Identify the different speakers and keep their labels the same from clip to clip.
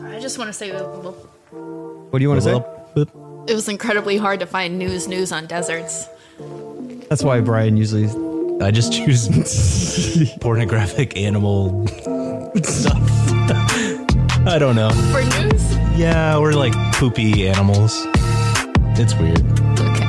Speaker 1: I just want to say it
Speaker 2: What do you want to say?
Speaker 3: Boop.
Speaker 1: was incredibly hard to find news news on deserts.
Speaker 2: That's why Brian usually.
Speaker 3: I just choose pornographic animal stuff. I don't know.
Speaker 1: For news?
Speaker 3: Yeah, we're like poopy animals. It's weird.
Speaker 1: Okay.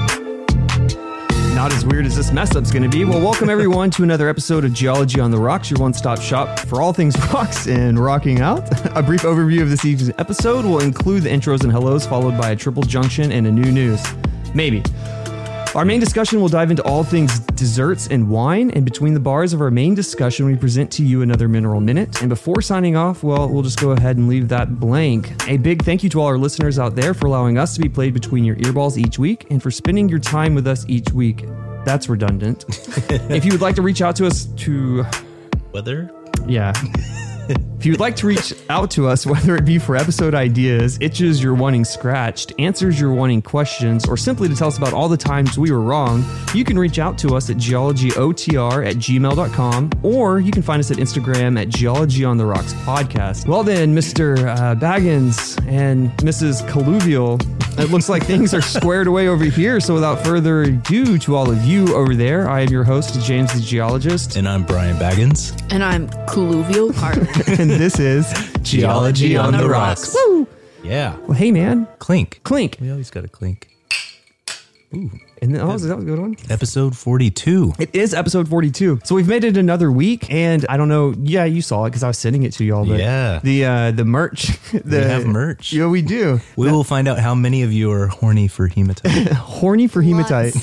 Speaker 2: Not as weird as this mess up's going to be. Well, welcome everyone to another episode of Geology on the Rocks, your one-stop shop for all things rocks and rocking out. A brief overview of this evening's episode will include the intros and hellos, followed by a triple junction and a new news. Maybe. Our main discussion will dive into all things desserts and wine, and between the bars of our main discussion, we present to you another Mineral Minute. And before signing off, well, we'll just go ahead and leave that blank. A big thank you to all our listeners out there for allowing us to be played between your earballs each week and for spending your time with us each week. That's redundant. if you would like to reach out to us to
Speaker 3: Weather?
Speaker 2: yeah. if you'd like to reach out to us, whether it be for episode ideas, itches you're wanting scratched, answers you're wanting questions, or simply to tell us about all the times we were wrong, you can reach out to us at geologyotr at gmail.com, or you can find us at Instagram at Geology on the Rocks Podcast. Well, then, Mr. Uh, Baggins and Mrs. Colluvial, it looks like things are squared away over here. So, without further ado to all of you over there, I am your host, James the Geologist.
Speaker 3: And I'm Brian Baggins.
Speaker 1: And I'm colluvial Carter.
Speaker 2: and this is
Speaker 3: Geology on the Rocks.
Speaker 2: Woo!
Speaker 3: Yeah.
Speaker 2: Well, hey man,
Speaker 3: Clink.
Speaker 2: clink,
Speaker 3: We always got to clink.
Speaker 2: and then, oh, that was a good one.
Speaker 3: Episode 42.
Speaker 2: It is episode forty-two, so we've made it another week, and I don't know. Yeah, you saw it because I was sending it to y'all. But
Speaker 3: Yeah.
Speaker 2: the uh, the merch, the,
Speaker 3: have merch.
Speaker 2: Yeah, we do.
Speaker 3: We will find out how many of you are horny for hematite.
Speaker 2: Horny for hematite.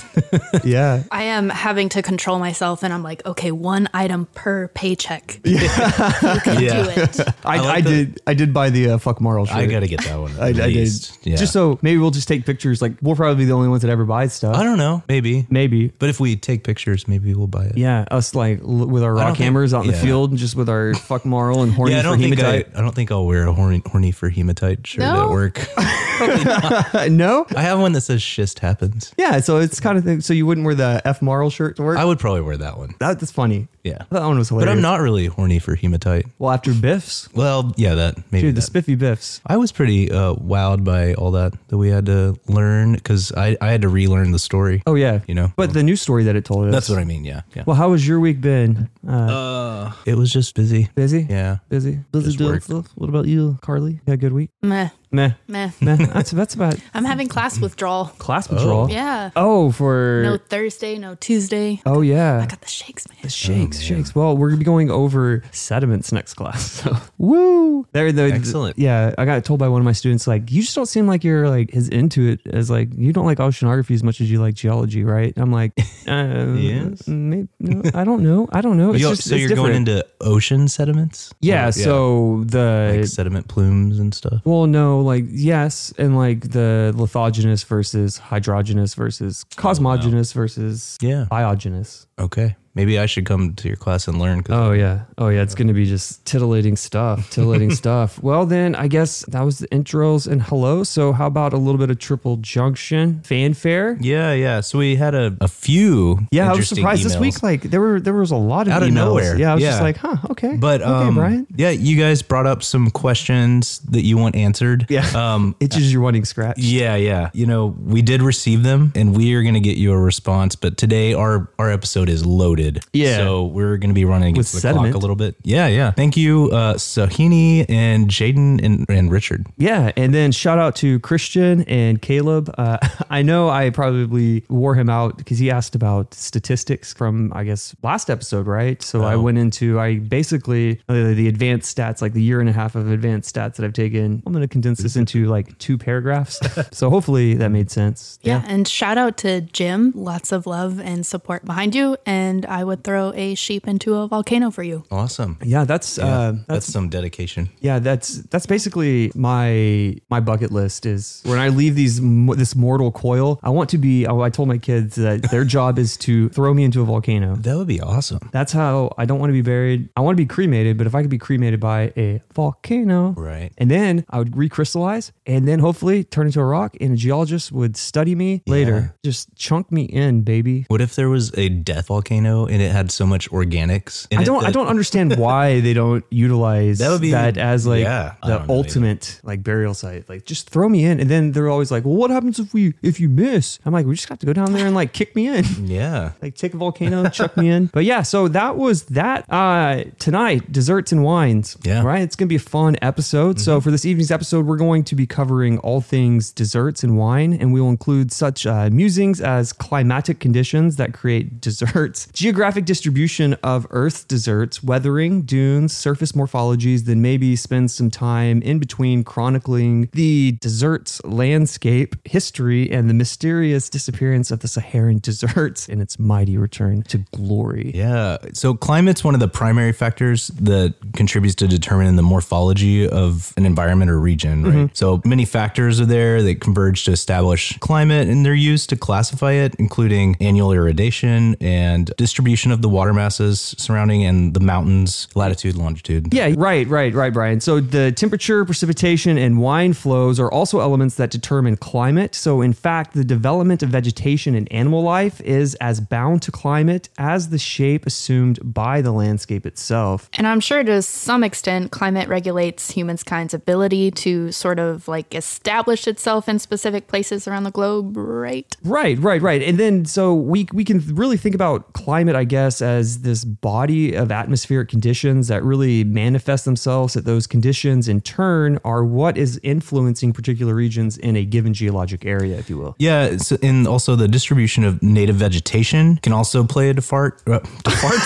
Speaker 2: yeah,
Speaker 1: I am having to control myself, and I'm like, okay, one item per paycheck. Do it.
Speaker 2: I, I,
Speaker 3: like the-
Speaker 2: did. I did buy the uh, fuck Marl shirt.
Speaker 3: I got to get that one.
Speaker 2: I, I
Speaker 3: at
Speaker 2: did.
Speaker 3: least. Yeah.
Speaker 2: Just so maybe we'll just take pictures. Like we'll probably be the only ones that ever buy stuff.
Speaker 3: I don't know. Maybe.
Speaker 2: maybe.
Speaker 3: But if we take pictures, maybe we'll buy it.
Speaker 2: Yeah, us like l- with our
Speaker 3: don't
Speaker 2: rock
Speaker 3: think-
Speaker 2: hammers out in
Speaker 3: yeah.
Speaker 2: the field, and just with our fuck Marl and horny
Speaker 3: Yeah, I
Speaker 2: for
Speaker 3: don't think
Speaker 2: hematite.
Speaker 3: I, I don't think I'll wear a horny, horny for hematite shirt
Speaker 1: No?
Speaker 3: at work.
Speaker 2: Uh, no.
Speaker 3: I have one that says "schist happens."
Speaker 2: Yeah, so it's kind of thing. So you wouldn't wear the F Marl shirt to work.
Speaker 3: I would probably wear that one.
Speaker 2: that, that's funny.
Speaker 3: Yeah,
Speaker 2: That one was
Speaker 3: but
Speaker 2: hilarious.
Speaker 3: I'm not really horny for hematite.
Speaker 2: Well, after Biffs,
Speaker 3: Well, yeah, that maybe.
Speaker 2: dude, the
Speaker 3: that.
Speaker 2: spiffy Biffs.
Speaker 3: I was pretty uh, wowed by all that that we had to learn because I I had to relearn the story.
Speaker 2: Oh yeah,
Speaker 3: You know?
Speaker 2: But the news story that it told us.
Speaker 3: that's what I mean. Yeah, yeah.
Speaker 2: Well, how has your week been? Uh,
Speaker 3: it was just busy.
Speaker 2: busy.
Speaker 3: Yeah,
Speaker 2: Busy. Busy
Speaker 3: Just
Speaker 2: doing
Speaker 3: work.
Speaker 2: stuff. What about you, Carly? Yeah, good week.
Speaker 1: Meh,
Speaker 2: Meh.
Speaker 1: meh.
Speaker 2: Meh. That's that's about
Speaker 1: I'm having class withdrawal.
Speaker 2: class withdrawal.
Speaker 1: Yeah.
Speaker 2: Oh, for.
Speaker 1: No Thursday, no Tuesday.
Speaker 2: Oh yeah.
Speaker 1: I got the shakes, man.
Speaker 2: Shakes,
Speaker 3: Oh,
Speaker 2: shakes. Well, we're gonna be going over sediments next class. So woo! There, the,
Speaker 3: Excellent.
Speaker 2: yeah, I got told by one of my students like, you just don't seem like you're like as into it as like you don't like oceanography as much as you like geology, right? I'm like, uh,
Speaker 3: Yes.
Speaker 2: maybe, no, I don't know, I don't know. It's
Speaker 3: You-
Speaker 2: just,
Speaker 3: so
Speaker 2: it's
Speaker 3: you're
Speaker 2: different.
Speaker 3: going into ocean sediments?
Speaker 2: yeah, So the
Speaker 3: like sediment plumes and stuff.
Speaker 2: well, no, like yes, and like the lithogenous versus hydrogenous versus
Speaker 3: Oh,
Speaker 2: cosmogenous versus
Speaker 3: Yeah.
Speaker 2: biogenous.
Speaker 3: Okay. Maybe I should come to your class and learn. 'cause-
Speaker 2: Oh yeah. Oh yeah, it's going to be just titillating stuff, titillating stuff. Well then, I guess that was the intros and hello. So how about a little bit of triple junction fanfare?
Speaker 3: Yeah, yeah. So we had a, a few.
Speaker 2: Yeah, I was
Speaker 3: interesting
Speaker 2: surprised this
Speaker 3: emails.
Speaker 2: week like there were there was a lot of
Speaker 3: Out of
Speaker 2: emails.
Speaker 3: nowhere.
Speaker 2: Yeah, I was
Speaker 3: Yeah.
Speaker 2: just like, "Huh, okay."
Speaker 3: But
Speaker 2: okay,
Speaker 3: um,
Speaker 2: Brian.
Speaker 3: yeah, you guys brought up some questions that you want answered.
Speaker 2: Yeah.
Speaker 3: Um,
Speaker 2: Itches your wanting scratch.
Speaker 3: yeah, yeah. You know, we did receive them, and we are going to get you a response. But today, our our episode is loaded.
Speaker 2: Yeah.
Speaker 3: So we're going to be running
Speaker 2: With
Speaker 3: against the clock
Speaker 2: sediment.
Speaker 3: a little bit. Yeah, yeah. Thank you, uh, Sahini and Jaden and, and Richard.
Speaker 2: Yeah, and then shout out to Christian and Caleb. Uh, I know I probably wore him out because he asked about statistics from I guess last episode, right? So I went into I basically uh, the advanced stats, like the year and a half of advanced stats that I've taken. I'm going to condense this into like two paragraphs. so hopefully that made sense.
Speaker 1: Yeah. And shout out to Jim. Lots of love and support behind you. And I would throw a sheep into a volcano for you.
Speaker 3: Awesome.
Speaker 2: Yeah, that's Uh,
Speaker 3: that's, some dedication.
Speaker 2: Yeah, that's that's basically my my bucket list is when I leave these mo- this mortal coil, I want to be. Oh, I told my kids that their job is to throw me into a volcano.
Speaker 3: That would be awesome.
Speaker 2: That's how I don't want to be buried. I want to be cremated, but if I could be cremated by a volcano,
Speaker 3: Right.
Speaker 2: and then I would recrystallize, and then hopefully turn into a rock, and a geologist would study me later. Just chunk me in, baby.
Speaker 3: What if there was a death volcano video and it had so much organics. In
Speaker 2: I
Speaker 3: it
Speaker 2: don't. I
Speaker 3: that-
Speaker 2: don't understand why they don't utilize that,
Speaker 3: That would be-
Speaker 2: as like
Speaker 3: yeah, I
Speaker 2: the
Speaker 3: don't know either.
Speaker 2: ultimate like burial site. Like just throw me in, and then they're always like, "Well, what happens if we if you miss?" I'm like, "We just got to go down there and like kick me in."
Speaker 3: Yeah.
Speaker 2: like take a volcano, chuck me in. But yeah, so that was that uh tonight, desserts and wines.
Speaker 3: Yeah.
Speaker 2: Right? It's gonna be a fun episode. So for this evening's episode, we're going to be covering all things desserts and wine, and we will include such uh, musings as climatic conditions that create desserts, geographic distribution of Earth's desserts, weathering, dunes, surface morphologies, then maybe spend some time in between chronicling the desserts landscape, history, and the mysterious disappearance of the Saharan deserts and its mighty return to glory.
Speaker 3: Yeah. So climate's one of the primary factors that contributes to determining the morphology of an environment or region, right? So many factors are there that converge to establish climate and they're used to classify it, including annual irradiation and distribution of the water masses surrounding and the mountains, latitude, longitude.
Speaker 2: Yeah, right, right, right, Brian. So the temperature, precipitation, and wine flows are also elements that determine climate. So, in fact, the development of vegetation and animal life is as bound to climate as the shape assumed by the landscape itself.
Speaker 1: And I'm sure to some extent, climate regulates humankind's ability to sort of like establish itself in specific places around the globe, right?
Speaker 2: Right, right, right. And then so we we can really think about climate, I guess, as this body of atmospheric conditions that really manifest themselves at those conditions in turn are what is influencing particular regions in a given geologic area, if you will.
Speaker 3: Yeah, so, and also the distribution of native vegetation can also play a defart. Uh, defart?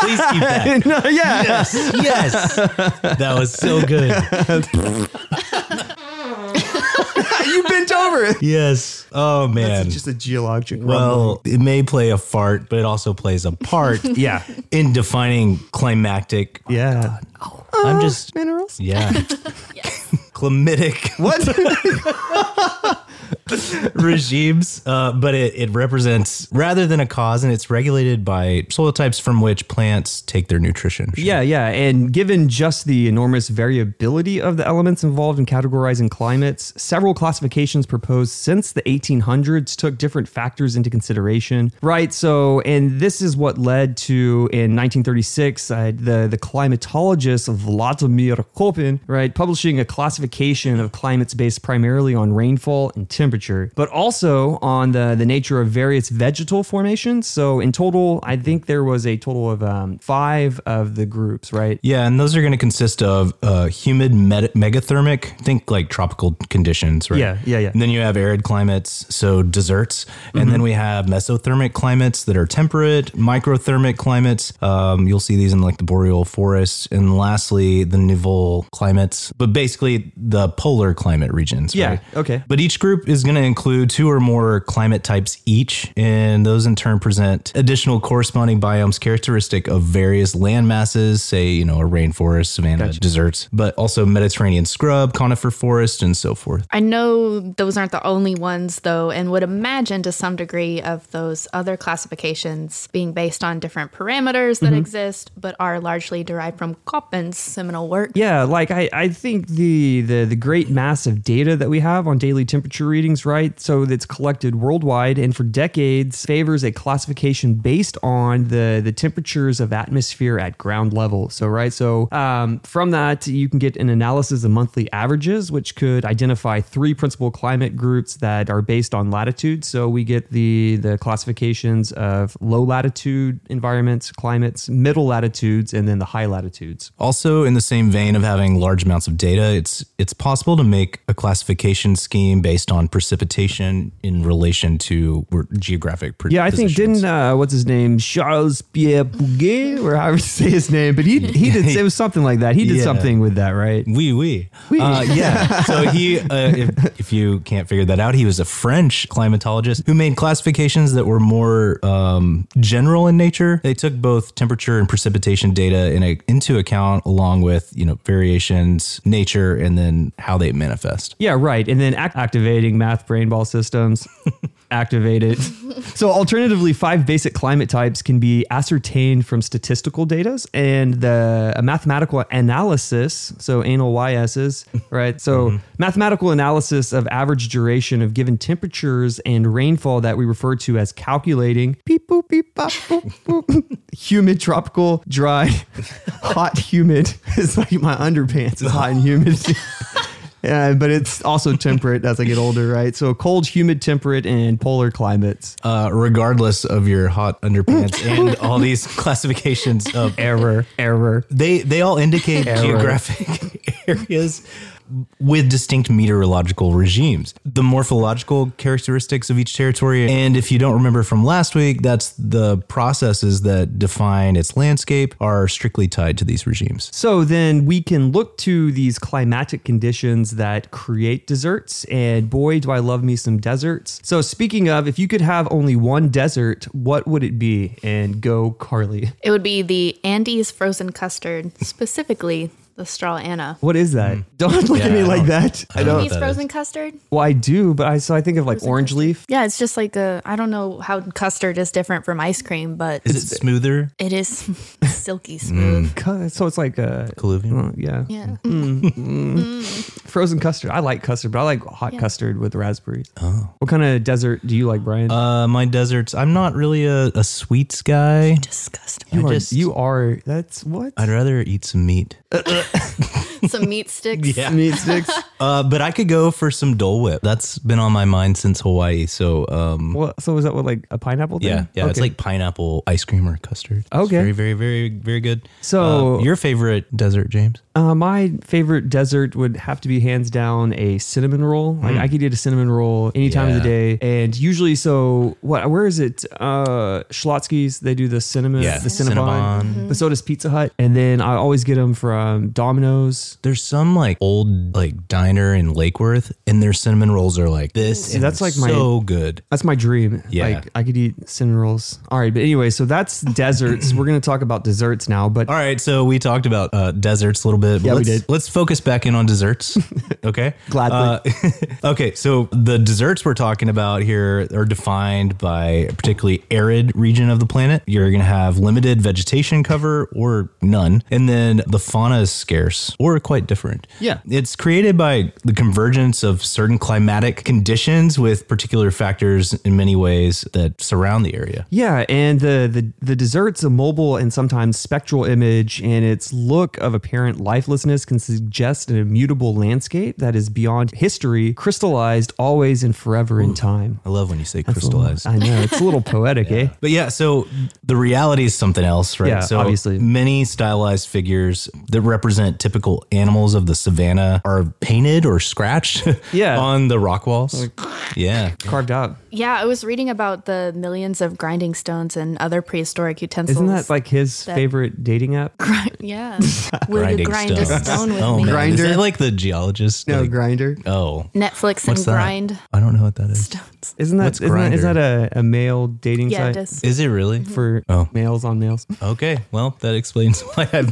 Speaker 3: Please keep that.
Speaker 2: No, yeah.
Speaker 3: Yes, that was so good.
Speaker 2: You bent over it.
Speaker 3: Yes. Oh man.
Speaker 2: It's just a geologic rumble.
Speaker 3: well, it may play a fart, but it also plays a part
Speaker 2: Yeah.
Speaker 3: in defining climactic.
Speaker 2: Yeah.
Speaker 3: I'm
Speaker 2: Uh.
Speaker 3: just
Speaker 2: Minerals?
Speaker 3: yeah. Climatic
Speaker 2: What?
Speaker 3: regimes, uh, but it, it represents rather than a cause, and it's regulated by soil types from which plants take their nutrition.
Speaker 2: Yeah, yeah. And given just the enormous variability of the elements involved in categorizing climates, several classifications proposed since the 1800s took different factors into consideration. Right. So, and this is what led to in 1936 uh, the the climatologist Vladimir Kopin, right, publishing a classification of climates based primarily on rainfall and temperature, but also on the the nature of various vegetal formations. So, in total, I think there was a total of um, five of the groups, right?
Speaker 3: Yeah, and those are going to consist of uh, humid met- megathermic, think like tropical conditions, right?
Speaker 2: Yeah, yeah, yeah.
Speaker 3: And then you have arid climates, so deserts, and then we have mesothermic climates that are temperate, microthermic climates. Um, you'll see these in like the boreal forests, and lastly the nival climates, but basically the polar climate regions.
Speaker 2: Yeah,
Speaker 3: right?
Speaker 2: okay.
Speaker 3: But each group is going to include two or more climate types each, and those in turn present additional corresponding biomes characteristic of various land masses, say, you know, a rainforest, savanna, deserts, but also Mediterranean scrub, conifer forest, and so forth.
Speaker 1: I know those aren't the only ones, though, and would imagine to some degree of those other classifications being based on different parameters
Speaker 2: Mm-hmm.
Speaker 1: that exist, but are largely derived from Koppin's seminal work.
Speaker 2: Yeah, like I, I think the, the the great mass of data that we have on daily temperature readings, right? So that's collected worldwide and for decades favors a classification based on the the temperatures of atmosphere at ground level. So right, so um, from that you can get an analysis of monthly averages, which could identify three principal climate groups that are based on latitude. So we get the the classifications of low latitude environments, climates, middle latitudes, and then the high latitudes.
Speaker 3: Also, in the same vein of having large amounts of data, it's it's possible to make a classification scheme based on precipitation in relation to where- geographic. pr-
Speaker 2: Yeah, I think
Speaker 3: positions.
Speaker 2: didn't uh, what's his name Charles Pierre Puget or however you say his name, but he he did it was something like that. He did
Speaker 3: Yeah.
Speaker 2: something with that, right?
Speaker 3: Oui, oui. Uh, yeah. so he, uh, if, if you can't figure that out, he was a French climatologist who made classifications that were more um, general in nature. They took both temperature and precipitation data in a, into account, along with you know variations, nature, and then how they manifest.
Speaker 2: Yeah, right. And then act- activating ma- math brain ball systems activated. so, alternatively, five basic climate types can be ascertained from statistical data and the a mathematical analysis. So, anal YSs, right? So, mathematical analysis of average duration of given temperatures and rainfall that we refer to as calculating beep, boop, beep, bop, boop, boop. humid, tropical, dry, hot, humid. It's like my underpants is hot and humid. Yeah, but it's also temperate as I get older, right? So cold, humid, temperate, and polar climates.
Speaker 3: Uh, regardless of your hot underpants and all these classifications of
Speaker 2: Error, error.
Speaker 3: they they all indicate geographic areas with distinct meteorological regimes the morphological characteristics of each territory and if you don't remember from last week that's the processes that define its landscape are strictly tied to these regimes
Speaker 2: So then we can look to these climatic conditions that create deserts, and boy, do I love me some deserts. So speaking of, if you could have only one desert, what would it be? And go, Carly.
Speaker 1: It would be the Andes frozen custard, specifically the straw Anna.
Speaker 2: What is that? Don't look at
Speaker 3: Yeah,
Speaker 2: me
Speaker 3: I
Speaker 2: like
Speaker 3: don't-
Speaker 2: that. I don't.
Speaker 1: Andes frozen custard?
Speaker 2: Well, I do, but I so I think of like orange leaf.
Speaker 1: Yeah, it's just like a I don't know how custard is different from ice cream, but
Speaker 3: is it smoother
Speaker 1: it is silky
Speaker 2: Mm.
Speaker 1: smooth.
Speaker 2: Cu- So it's like a
Speaker 3: colluvium
Speaker 2: yeah,
Speaker 1: Yeah.
Speaker 2: frozen custard. I like custard, but I like hot custard with raspberries. Oh, what kind of desert do you like, Brian?
Speaker 3: uh my deserts i'm not really a, a sweets guy
Speaker 1: Disgusting.
Speaker 2: you,
Speaker 3: I
Speaker 2: are,
Speaker 3: just-
Speaker 2: you are. That's what.
Speaker 3: i'd rather eat some meat
Speaker 1: Some meat sticks.
Speaker 3: Yeah.
Speaker 2: meat sticks.
Speaker 3: uh but i could go for some dole whip that's been on my mind since hawaii so um
Speaker 2: Well, so is that what like a pineapple? Thing?
Speaker 3: Yeah, yeah, it's
Speaker 2: Okay.
Speaker 3: like pineapple ice cream or custard. It's
Speaker 2: Okay.
Speaker 3: very, very, very, very good.
Speaker 2: So-
Speaker 3: Uh, your favorite dessert, James?
Speaker 2: uh, my favorite dessert would have to be hands down a cinnamon roll.
Speaker 3: Mm.
Speaker 2: Like I could eat a cinnamon roll any time of the day, and usually, so what? Where is it? Uh, Schlotsky's. They do the cinnamon,
Speaker 3: Yeah,
Speaker 2: the Cinnabon,
Speaker 3: Cinnabon.
Speaker 2: but so does Pizza Hut, and then I always get them from Domino's.
Speaker 3: There's some like old like diner in Lake Worth, and their cinnamon rolls are like this. and
Speaker 2: that's like my-
Speaker 3: so good.
Speaker 2: That's my dream.
Speaker 3: Yeah.
Speaker 2: Like I could eat cinnamon rolls. All right, but anyway, so that's desserts. We're gonna talk about desserts now, but
Speaker 3: All right, so we talked about uh, desserts a little bit. but
Speaker 2: Yeah, we
Speaker 3: let's,
Speaker 2: did.
Speaker 3: Let's focus back in on desserts. Okay.
Speaker 2: Gladly.
Speaker 3: Uh, okay, so the desserts we're talking about here are defined by a particularly arid region of the planet. You're going to have limited vegetation cover or none. And then the fauna is scarce or quite different.
Speaker 2: Yeah.
Speaker 3: It's created by the convergence of certain climatic conditions with particular factors in many ways that surround the area.
Speaker 2: Yeah, and the, the the dessert's a mobile and sometimes spectral image, and its look of apparent lifelessness can suggest an immutable landscape that is beyond history, crystallized always and forever in time.
Speaker 3: I love when you say crystallized.
Speaker 2: I know it's a little poetic, eh?
Speaker 3: But yeah, so the reality is something else, right?
Speaker 2: Yeah,
Speaker 3: so
Speaker 2: obviously.
Speaker 3: many stylized figures that represent typical animals of the savannah are painted or scratched
Speaker 2: Yeah.
Speaker 3: on the rock walls. yeah.
Speaker 2: Carved out.
Speaker 1: Yeah, I was reading about the millions of grinding stones and other prehistoric utensils.
Speaker 2: Isn't that like his favorite dating app?
Speaker 1: yeah? Will you grind a
Speaker 3: stones.
Speaker 1: stone with
Speaker 3: oh,
Speaker 1: me?
Speaker 3: man.
Speaker 2: Grinder?
Speaker 3: Is that like the geologist? like-
Speaker 2: grinder.
Speaker 3: oh.
Speaker 1: Netflix
Speaker 3: What's
Speaker 1: and
Speaker 3: that?
Speaker 1: grind
Speaker 3: I don't know what that is.
Speaker 1: stones.
Speaker 2: Isn't that
Speaker 3: What's
Speaker 2: isn't that, is
Speaker 3: Grindr?
Speaker 2: that a, a male dating
Speaker 1: Yeah,
Speaker 2: site
Speaker 1: it is.
Speaker 3: Is it really?
Speaker 1: Mm-hmm.
Speaker 2: for
Speaker 3: Oh.
Speaker 2: males on males?
Speaker 3: Okay. Well, that explains why I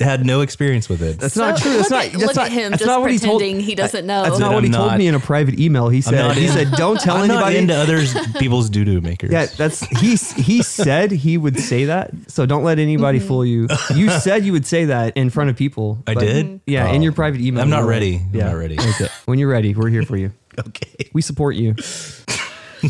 Speaker 3: had no experience with it.
Speaker 2: That's not
Speaker 1: So,
Speaker 2: true. That's
Speaker 1: look
Speaker 2: not.
Speaker 1: at-
Speaker 2: that's
Speaker 1: look
Speaker 2: not,
Speaker 1: at him
Speaker 2: that's
Speaker 1: just
Speaker 2: not what he told-
Speaker 1: pretending he doesn't know.
Speaker 2: That's
Speaker 3: That
Speaker 2: not what he
Speaker 3: I'm
Speaker 2: told
Speaker 3: not-
Speaker 2: me in a private email. He said.
Speaker 3: not
Speaker 2: He
Speaker 3: in-
Speaker 2: said, "Don't tell
Speaker 3: I'm not
Speaker 2: anybody."
Speaker 3: into other people's doo doo makers.
Speaker 2: Yeah, that's he. He said he would say that, so don't let anybody
Speaker 1: Mm-hmm.
Speaker 2: fool you. You said you would say that in front of people.
Speaker 3: I
Speaker 2: but-
Speaker 3: did?
Speaker 2: Yeah, in
Speaker 3: Oh.
Speaker 2: your private email.
Speaker 3: I'm
Speaker 2: you
Speaker 3: not
Speaker 2: were
Speaker 3: ready.
Speaker 2: like-
Speaker 3: I'm not ready.
Speaker 2: Okay. When you're ready, we're here for you.
Speaker 3: Okay.
Speaker 2: We support you.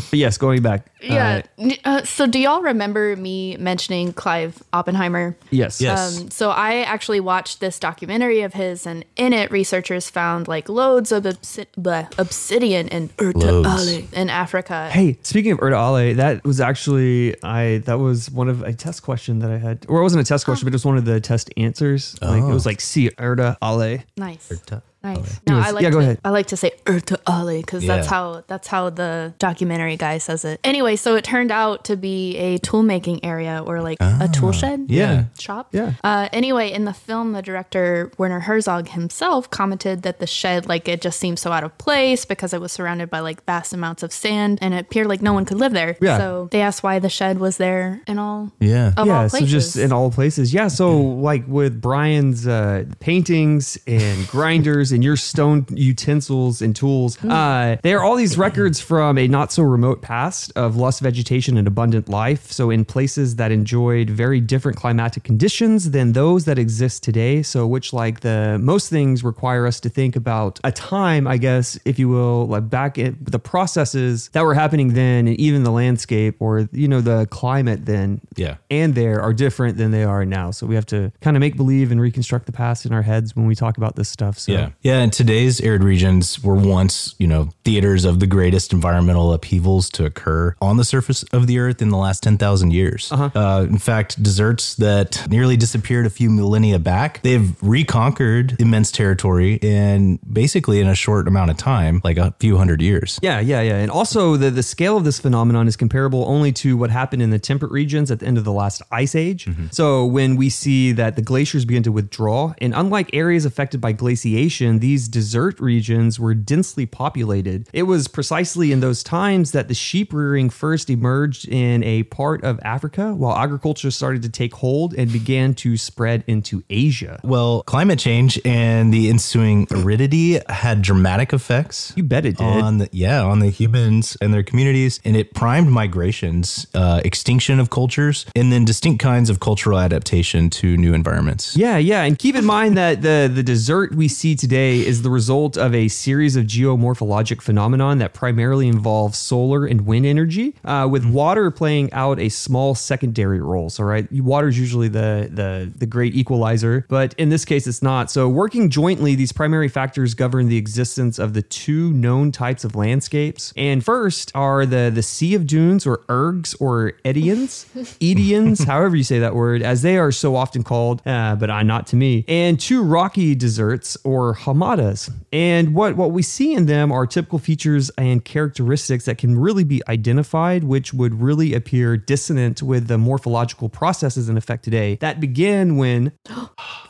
Speaker 2: But yes, going back.
Speaker 1: Yeah.
Speaker 2: uh,
Speaker 1: N- Uh, so, do y'all remember me mentioning Clive Oppenheimer?
Speaker 2: yes.
Speaker 3: Yes.
Speaker 1: Um, so I actually watched this documentary of his, and in it, researchers found like loads of obsi- bleh, obsidian and urtaale in Africa.
Speaker 2: Hey, speaking of Erdaale, that was actually I that was one of a test question that I had. Or it wasn't a test question, but it was one of the test answers. Like it was like see Erdaale.
Speaker 1: Nice.
Speaker 3: Okay.
Speaker 1: Nice. No,
Speaker 2: Anyways,
Speaker 1: I like
Speaker 2: yeah, go
Speaker 1: to,
Speaker 2: ahead.
Speaker 1: I like to say Ertaale because that's
Speaker 3: Yeah.
Speaker 1: how that's how the documentary guy says it. Anyway, so it turned out to be a tool making area or like a tool shed.
Speaker 3: Yeah.
Speaker 1: shop.
Speaker 2: Ah, Yeah.
Speaker 1: Uh, anyway, in the film, the director Werner Herzog himself commented that the shed, like, it just seemed so out of place because it was surrounded by like vast amounts of sand, and it appeared like no one could live there.
Speaker 2: Yeah.
Speaker 1: So they asked why the shed was there and all.
Speaker 3: Yeah.
Speaker 1: Of
Speaker 2: yeah
Speaker 1: all
Speaker 2: so
Speaker 1: places.
Speaker 2: just in all places yeah so like with brian's uh paintings and grinders and your stone utensils and tools.
Speaker 1: Hmm.
Speaker 2: Uh, they are all these records from a not so remote past of lush vegetation and abundant life. So, in places that enjoyed very different climatic conditions than those that exist today. So, which, like the most things, require us to think about a time, I guess, if you will, like back at the processes that were happening then, and even the landscape or, you know, the climate then
Speaker 3: Yeah.
Speaker 2: and there are different than they are now. So we have to kind of make believe and reconstruct the past in our heads when we talk about this stuff. So
Speaker 3: Yeah. Yeah. And today's arid regions were once, you know, theaters of the greatest environmental upheavals to occur on the surface of the earth in the last 10,000 years. uh in fact, deserts that nearly disappeared a few millennia back, they've reconquered immense territory in basically in a short amount of time, like a few hundred years.
Speaker 2: Yeah, yeah, yeah. And also, the, the scale of this phenomenon is comparable only to what happened in the temperate regions at the end of the last ice age. So, when we see that the glaciers begin to withdraw, and unlike areas affected by glaciation, these desert regions were densely populated. It was precisely in those times that the sheep rearing first emerged in a part of Africa, while agriculture started to take hold and began to spread into Asia.
Speaker 3: Well, climate change and the ensuing aridity had dramatic effects.
Speaker 2: You bet it did.
Speaker 3: on the, yeah on the humans and their communities and it primed migrations uh, extinction of cultures and then distinct kinds of cultural adaptation to new environments
Speaker 2: Yeah, yeah, and keep in mind that the the dessert we see today is the result of a series of geomorphologic phenomenon that primarily involves solar and wind energy, uh, with water playing out a small secondary role. So, right, water is usually the the the great equalizer, but in this case, it's not. So, working jointly, these primary factors govern the existence of the two known types of landscapes. And first are the the sea of dunes, or ergs, or edians, edians, however you say that word, as they are so often called, uh, but uh, not to me. And two rocky deserts or hamadas. And what what we see in them are typical features and characteristics that can really be identified, which would really appear dissonant with the morphological processes in effect today that began when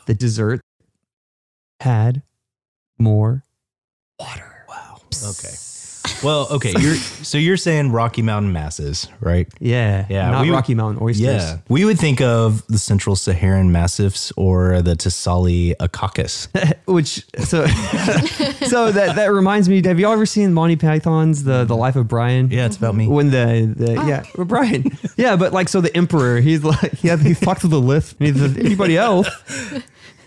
Speaker 2: the desert had more water. Wow.
Speaker 3: okay well okay you're so you're saying rocky mountain masses right
Speaker 2: Yeah.
Speaker 3: Yeah,
Speaker 2: Not
Speaker 3: we-
Speaker 2: Rocky Mountain oysters.
Speaker 3: yeah we would think of the central saharan massifs or the tisali Akakas.
Speaker 2: which so so that that reminds me have you all ever seen monty python's the the life of brian
Speaker 3: yeah it's about me
Speaker 2: when the, the yeah well, brian yeah but like so the emperor he's like yeah he fucked with the lift and he's like, anybody else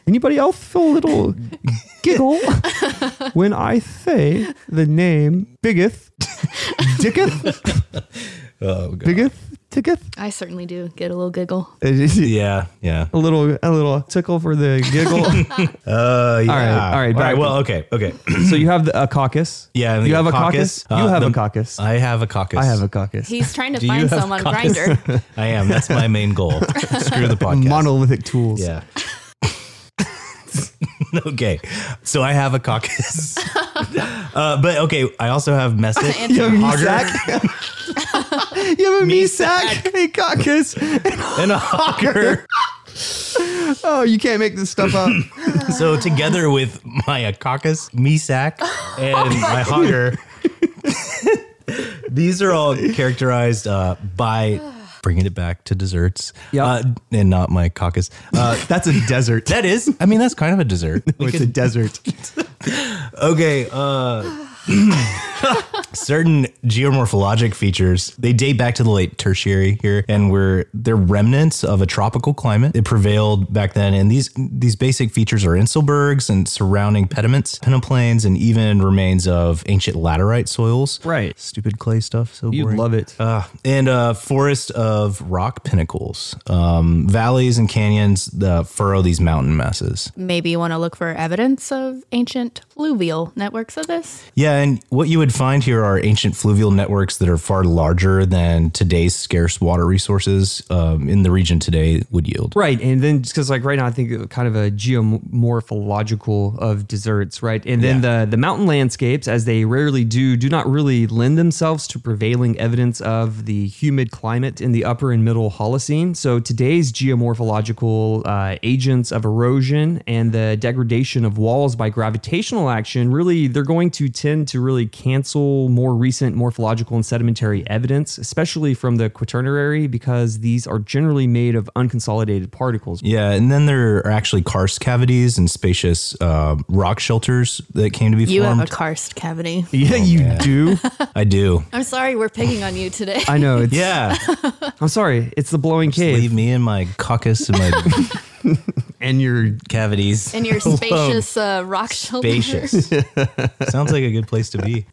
Speaker 2: anybody else feel a little giggle when i say the name biggeth dicketh
Speaker 3: oh God.
Speaker 2: biggeth ticketh
Speaker 1: I certainly do get a little giggle.
Speaker 2: a
Speaker 3: yeah yeah
Speaker 2: little a little tickle for the giggle
Speaker 3: uh yeah.
Speaker 2: all right,
Speaker 3: all right
Speaker 2: back-
Speaker 3: well okay okay
Speaker 2: so you have the, a caucus
Speaker 3: yeah and the
Speaker 2: you have a
Speaker 3: Akakas,
Speaker 2: caucus
Speaker 3: uh,
Speaker 2: you have a
Speaker 3: the-
Speaker 2: caucus
Speaker 3: i have a caucus
Speaker 2: I have a caucus.
Speaker 1: He's trying to
Speaker 3: Do you
Speaker 1: find
Speaker 3: have
Speaker 1: someone
Speaker 3: caucus?
Speaker 1: grinder.
Speaker 3: I am. That's my main goal. Screw the podcast.
Speaker 2: monolithic tools.
Speaker 3: Yeah. okay. So I have a caucus. uh, but okay, I also have Messick.
Speaker 1: And
Speaker 2: You have a
Speaker 3: Hogger.
Speaker 2: mesac. you have a mesac, a caucus,
Speaker 3: and a hawker.
Speaker 2: Oh, you can't make this stuff up. Oh,
Speaker 3: so together with my caucus, Misak, and my hogger, these are all characterized uh, by bringing it back to desserts.
Speaker 2: Yep.
Speaker 3: Uh, and not my caucus. Uh,
Speaker 2: That's a desert.
Speaker 3: that is, I mean, that's kind of a dessert.
Speaker 2: it's a desert.
Speaker 3: Okay. Uh, certain geomorphologic features they date back to the late tertiary here, and were they're remnants of a tropical climate. It prevailed back then, and these these basic features are inselbergs and surrounding pediments, peneplains, and even remains of ancient laterite soils.
Speaker 2: Right.
Speaker 3: Stupid clay stuff. So
Speaker 2: You'd
Speaker 3: boring.
Speaker 2: love it.
Speaker 3: Uh, and a forest of rock pinnacles, um, valleys, and canyons uh, furrow these mountain masses.
Speaker 1: Maybe you want to look for evidence of ancient fluvial networks of this.
Speaker 3: Yeah, and what you would find here are ancient fluvial networks that are far larger than today's scarce water resources um, in the region today would yield.
Speaker 2: Right. And then just because like right now I think of kind of a geomorphological of deserts, right? And then the the mountain landscapes, as they rarely do, do not really lend themselves to prevailing evidence of the humid climate in the upper and middle Holocene. So today's geomorphological uh, agents of erosion and the degradation of walls by gravitational action really they're going to tend to really cancel more recent morphological and sedimentary evidence, especially from the Quaternary, because these are generally made of unconsolidated particles.
Speaker 3: Yeah, and then there are actually karst cavities and spacious uh, rock shelters that came to be
Speaker 1: You have
Speaker 3: formed.
Speaker 1: a karst cavity.
Speaker 3: Oh,
Speaker 2: Yeah, you do.
Speaker 3: I do.
Speaker 1: I'm sorry we're picking on you today.
Speaker 2: I know. It's,
Speaker 3: Yeah,
Speaker 2: I'm sorry. It's the blowing cave
Speaker 3: leave me in my caucus and my
Speaker 2: and your
Speaker 3: cavities.
Speaker 1: In your
Speaker 3: alone.
Speaker 1: spacious uh, rock shelter.
Speaker 3: spacious. Sounds like a good place to be.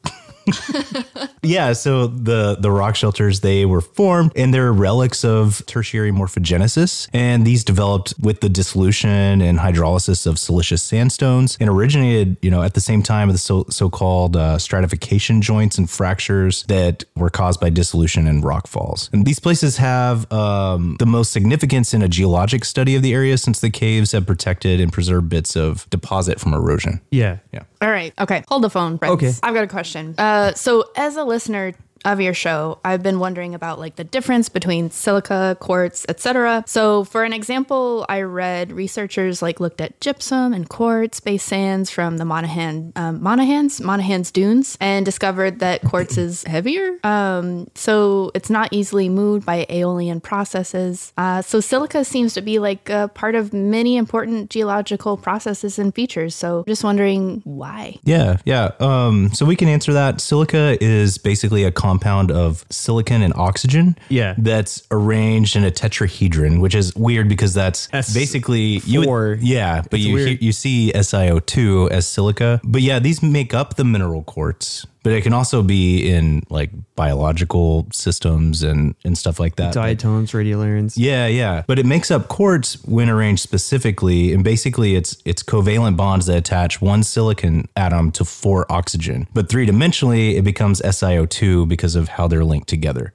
Speaker 3: yeah, so the the rock shelters they were formed and they're relics of tertiary morphogenesis and these developed with the dissolution and hydrolysis of siliceous sandstones and originated, you know, at the same time of the so, so-called uh, stratification joints and fractures that were caused by dissolution and rock falls. And these places have um, the most significance in a geologic study of the area since the caves have protected and preserved bits of deposit from erosion.
Speaker 2: yeah.
Speaker 3: Yeah.
Speaker 1: All right. Okay. Hold the phone, friends.
Speaker 2: Okay.
Speaker 1: I've got a question. Uh, so, as a listener of your show, I've been wondering about like the difference between silica, quartz, etc. So, for an example, I read researchers like looked at gypsum and quartz base sands from the Monahan um, Monahan's Monahan's dunes and discovered that quartz is heavier. Um, so it's not easily moved by aeolian processes. Uh, so silica seems to be like a part of many important geological processes and features. So just wondering why.
Speaker 3: Yeah, yeah. Um, so we can answer that. Silica is basically a compound of silicon and oxygen.
Speaker 2: Yeah.
Speaker 3: that's arranged in a tetrahedron, which is weird because that's
Speaker 2: S
Speaker 3: basically you. would-
Speaker 2: four.
Speaker 3: yeah, but you
Speaker 2: weird.
Speaker 3: he- you see SiO2 as silica, but yeah, these make up the mineral quartz. But it can also be in like biological systems and and stuff like that.
Speaker 2: Diatoms, radiolarians.
Speaker 3: Yeah, yeah. But it makes up quartz when arranged specifically, and basically it's it's covalent bonds that attach one silicon atom to four oxygen. But three dimensionally, it becomes SiO2 because of how they're linked together.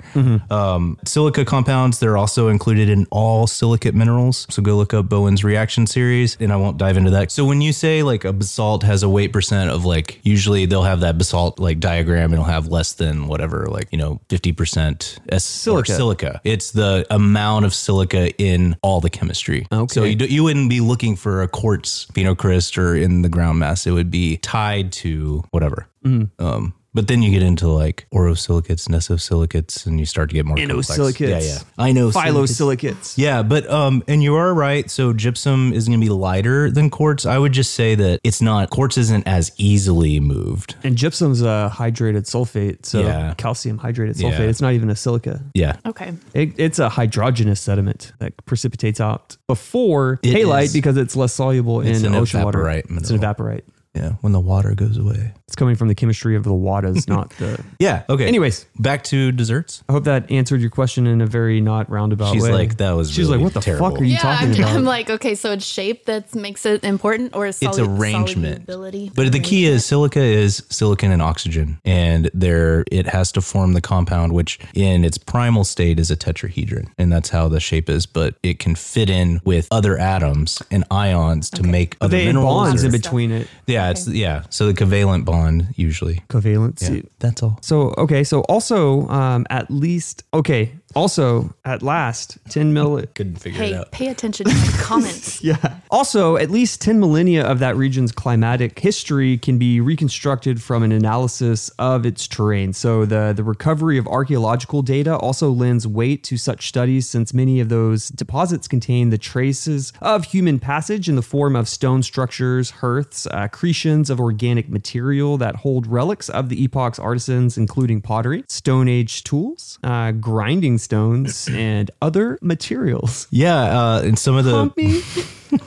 Speaker 3: Um, silica compounds they're also included in all silicate minerals. So go look up Bowen's reaction series, and I won't dive into that. So when you say like a basalt has a weight percent of like, usually they'll have that basalt like diagram, and it'll have less than whatever, like you know, fifty percent silica.
Speaker 2: Silica.
Speaker 3: silica. It's the amount of silica in all the chemistry.
Speaker 2: Okay.
Speaker 3: So you, do, you wouldn't be looking for a quartz phenocryst or in the ground mass. It would be tied to whatever.
Speaker 2: Mm.
Speaker 3: Um, but then you get into like orosilicates, nesosilicates, and you start to get more complex.
Speaker 2: Inosilicates.
Speaker 3: Yeah, yeah. I know.
Speaker 2: Phyllosilicates.
Speaker 3: Yeah, but um, and you are right. So gypsum is going to be lighter than quartz. I would just say that it's not quartz isn't as easily moved.
Speaker 2: And gypsum's a hydrated sulfate, so
Speaker 3: Yeah.
Speaker 2: calcium hydrated
Speaker 3: Yeah.
Speaker 2: sulfate. It's not even a silica.
Speaker 3: Yeah,
Speaker 1: Okay.
Speaker 2: It, it's a hydrogenous sediment that precipitates out before
Speaker 3: It
Speaker 2: halite
Speaker 3: is.
Speaker 2: because it's less soluble
Speaker 3: It's
Speaker 2: in
Speaker 3: an
Speaker 2: ocean water.
Speaker 3: evaporite
Speaker 2: It's an
Speaker 3: mineral.
Speaker 2: evaporite.
Speaker 3: yeah. When the water goes away.
Speaker 2: It's coming from the chemistry of the waters, not the.
Speaker 3: Yeah. Okay.
Speaker 2: Anyways,
Speaker 3: back to desserts.
Speaker 2: I hope that answered your question in a very not roundabout
Speaker 3: She's
Speaker 2: way.
Speaker 3: like, that was
Speaker 2: She's
Speaker 3: really
Speaker 2: like, what the
Speaker 3: terrible."
Speaker 2: fuck are you
Speaker 1: Yeah,
Speaker 2: talking
Speaker 1: I'm,
Speaker 2: about?
Speaker 1: I'm like, okay, so it's shape that makes it important or
Speaker 3: It's
Speaker 1: solu-
Speaker 3: arrangement.
Speaker 1: solubility?
Speaker 3: But the key is silica is silicon and oxygen, and there it has to form the compound, which in its primal state is a tetrahedron, and that's how the shape is. But it can fit in with other atoms and ions to make other
Speaker 2: they
Speaker 3: minerals.
Speaker 2: bonds
Speaker 3: or-
Speaker 2: in between it.
Speaker 3: yeah, it's yeah. So the covalent bond usually.
Speaker 2: Covalence.
Speaker 3: Yeah, that's all.
Speaker 2: So okay, so also um, at least okay, also at last ten mil.
Speaker 3: Couldn't figure it
Speaker 1: Hey,
Speaker 3: out.
Speaker 1: pay attention to my comments.
Speaker 2: Yeah. Also, at least 10 millennia of that region's climatic history can be reconstructed from an analysis of its terrain. So, the, the recovery of archaeological data also lends weight to such studies since many of those deposits contain the traces of human passage in the form of stone structures, hearths, accretions of organic material that hold relics of the epoch's artisans, including pottery, Stone Age tools, uh, grinding stones, and other materials.
Speaker 3: Yeah, uh, and some of the
Speaker 2: Pump me.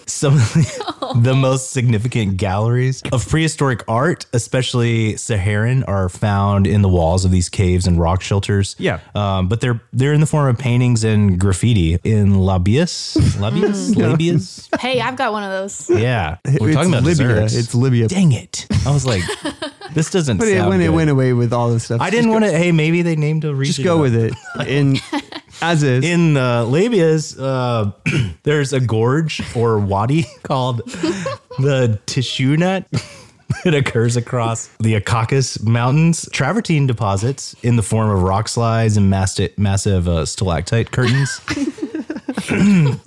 Speaker 3: some of the, the most significant galleries of prehistoric art, especially Saharan, are found in the walls of these caves and rock shelters.
Speaker 2: Yeah.
Speaker 3: um, but they're they're in the form of paintings and graffiti in Labias, Labias, Labias.
Speaker 1: hey, I've got one of those.
Speaker 3: Yeah, we're
Speaker 2: It's
Speaker 3: talking about
Speaker 2: Libya.
Speaker 3: desserts.
Speaker 2: It's Libya.
Speaker 3: Dang it! I was like, this doesn't.
Speaker 2: But it,
Speaker 3: sound
Speaker 2: when it
Speaker 3: good.
Speaker 2: went away with all this stuff,
Speaker 3: I didn't want to. Hey, maybe they named a region.
Speaker 2: just go with it. In as is,
Speaker 3: in uh, labias, uh, there's a gorge or wadi called the Tishunet that occurs across the Akakas Mountains. Travertine deposits in the form of rock slides and masti- massive uh, stalactite curtains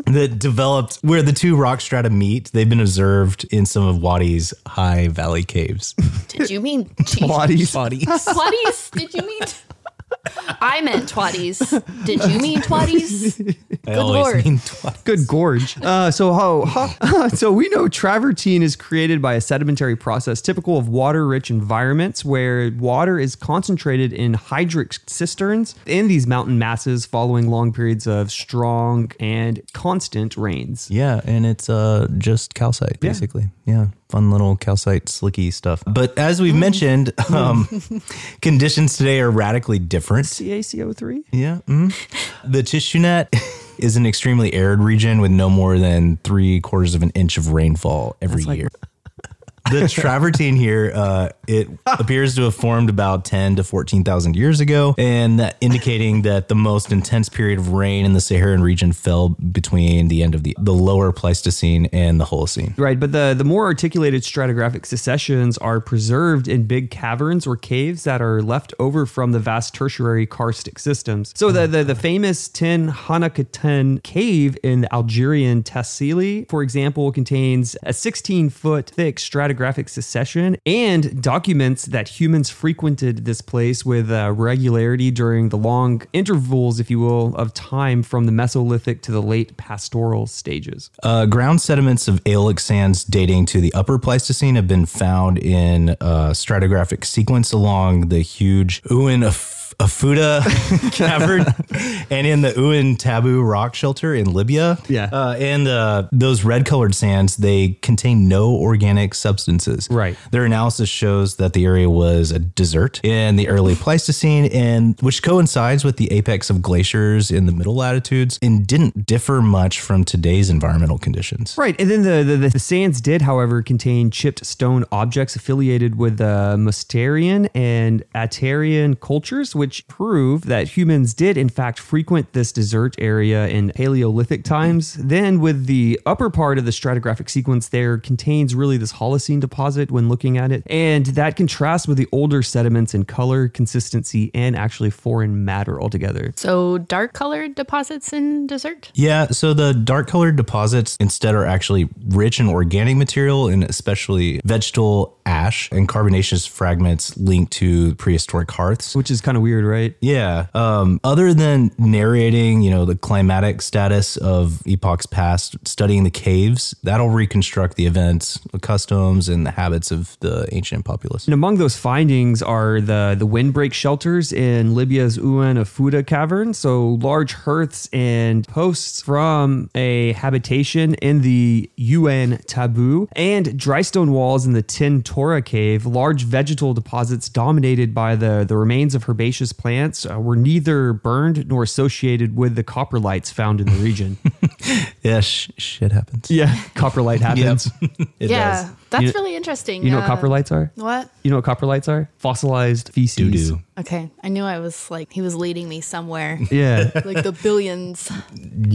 Speaker 3: that developed where the two rock strata meet. They've been observed in some of Wadi's high valley caves.
Speaker 1: Did you mean
Speaker 2: Plotties.
Speaker 4: Bodies.
Speaker 1: twatties? Did you mean? I meant twatties. Did you mean twatties?
Speaker 3: I always
Speaker 1: lord.
Speaker 3: mean twice.
Speaker 2: Good gorge. Uh, so how, how- so we know travertine is created by a sedimentary process typical of water-rich environments where water is concentrated in hydric cisterns in these mountain masses following long periods of strong and constant rains.
Speaker 3: Yeah, and it's uh just calcite basically. Yeah, fun little calcite slicky stuff. But as we've mentioned, um, conditions today are radically different.
Speaker 2: CaCO3?
Speaker 3: Yeah. mhm. The Tishunet is an extremely arid region with no more than three quarters of an inch of rainfall every year. the travertine here, uh, it appears to have formed about 10 to 14,000 years ago, and that indicating that the most intense period of rain in the Saharan region fell between the end of the, the lower Pleistocene and the Holocene.
Speaker 2: Right, but the, the more articulated stratigraphic successions are preserved in big caverns or caves that are left over from the vast tertiary karstic systems. So the the, the famous Tin Hanakatan cave in the Algerian Tassili, for example, contains a 16 foot thick stratigraphic succession and documents that humans frequented this place with uh, regularity during the long intervals, if you will, of time from the Mesolithic to the late pastoral stages.
Speaker 3: Uh, ground sediments of aolic sands dating to the upper Pleistocene have been found in uh, stratigraphic sequence along the huge Uin Af- Afuda cavern and in the Uin Tabu rock shelter in Libya.
Speaker 2: Yeah.
Speaker 3: Uh, and uh, those red colored sands, they contain no organic substances.
Speaker 2: Right.
Speaker 3: Their analysis shows that the area was a desert in the early Pleistocene, and which coincides with the apex of glaciers in the middle latitudes and didn't differ much from today's environmental conditions.
Speaker 2: Right, and then the, the, the sands did, however, contain chipped stone objects affiliated with the Mustarian and Atarian cultures, which prove that humans did, in fact, frequent this desert area in Paleolithic times. Then, with the upper part of the stratigraphic sequence, there contains really this Holocene deposit when looking at it, and that contrasts with the older sediments in color, consistency, and actually foreign matter altogether.
Speaker 1: So dark colored deposits in dessert.
Speaker 3: Yeah, so the dark colored deposits instead are actually rich in organic material and especially vegetal ash and carbonaceous fragments linked to prehistoric hearths.
Speaker 2: Which is kind of weird, right?
Speaker 3: Yeah. Um, other than narrating, you know, the climatic status of epochs past, studying the caves, that'll reconstruct the events, the customs, and the habits of the ancient populace.
Speaker 2: And among those findings are the the windbreak shelters in Libya's Uan Afuda cavern, so large hearths and posts from a habitation in the Uan Tabu, and dry stone walls in the Tin Torah cave. Large vegetal deposits dominated by the the remains of herbaceous plants uh, were neither burned nor associated with the coprolites found in the region.
Speaker 3: Yeah, sh- shit happens.
Speaker 2: yeah, coprolite happens.
Speaker 3: It
Speaker 1: yeah,
Speaker 3: does.
Speaker 1: that's
Speaker 2: You-
Speaker 1: really interesting.
Speaker 2: You know
Speaker 1: Uh,
Speaker 2: what coprolites are?
Speaker 1: What?
Speaker 2: You know what coprolites are? Fossilized feces.
Speaker 3: Doo-doo.
Speaker 1: Okay, I knew I was like he was leading me somewhere,
Speaker 2: Yeah.
Speaker 1: like the billions.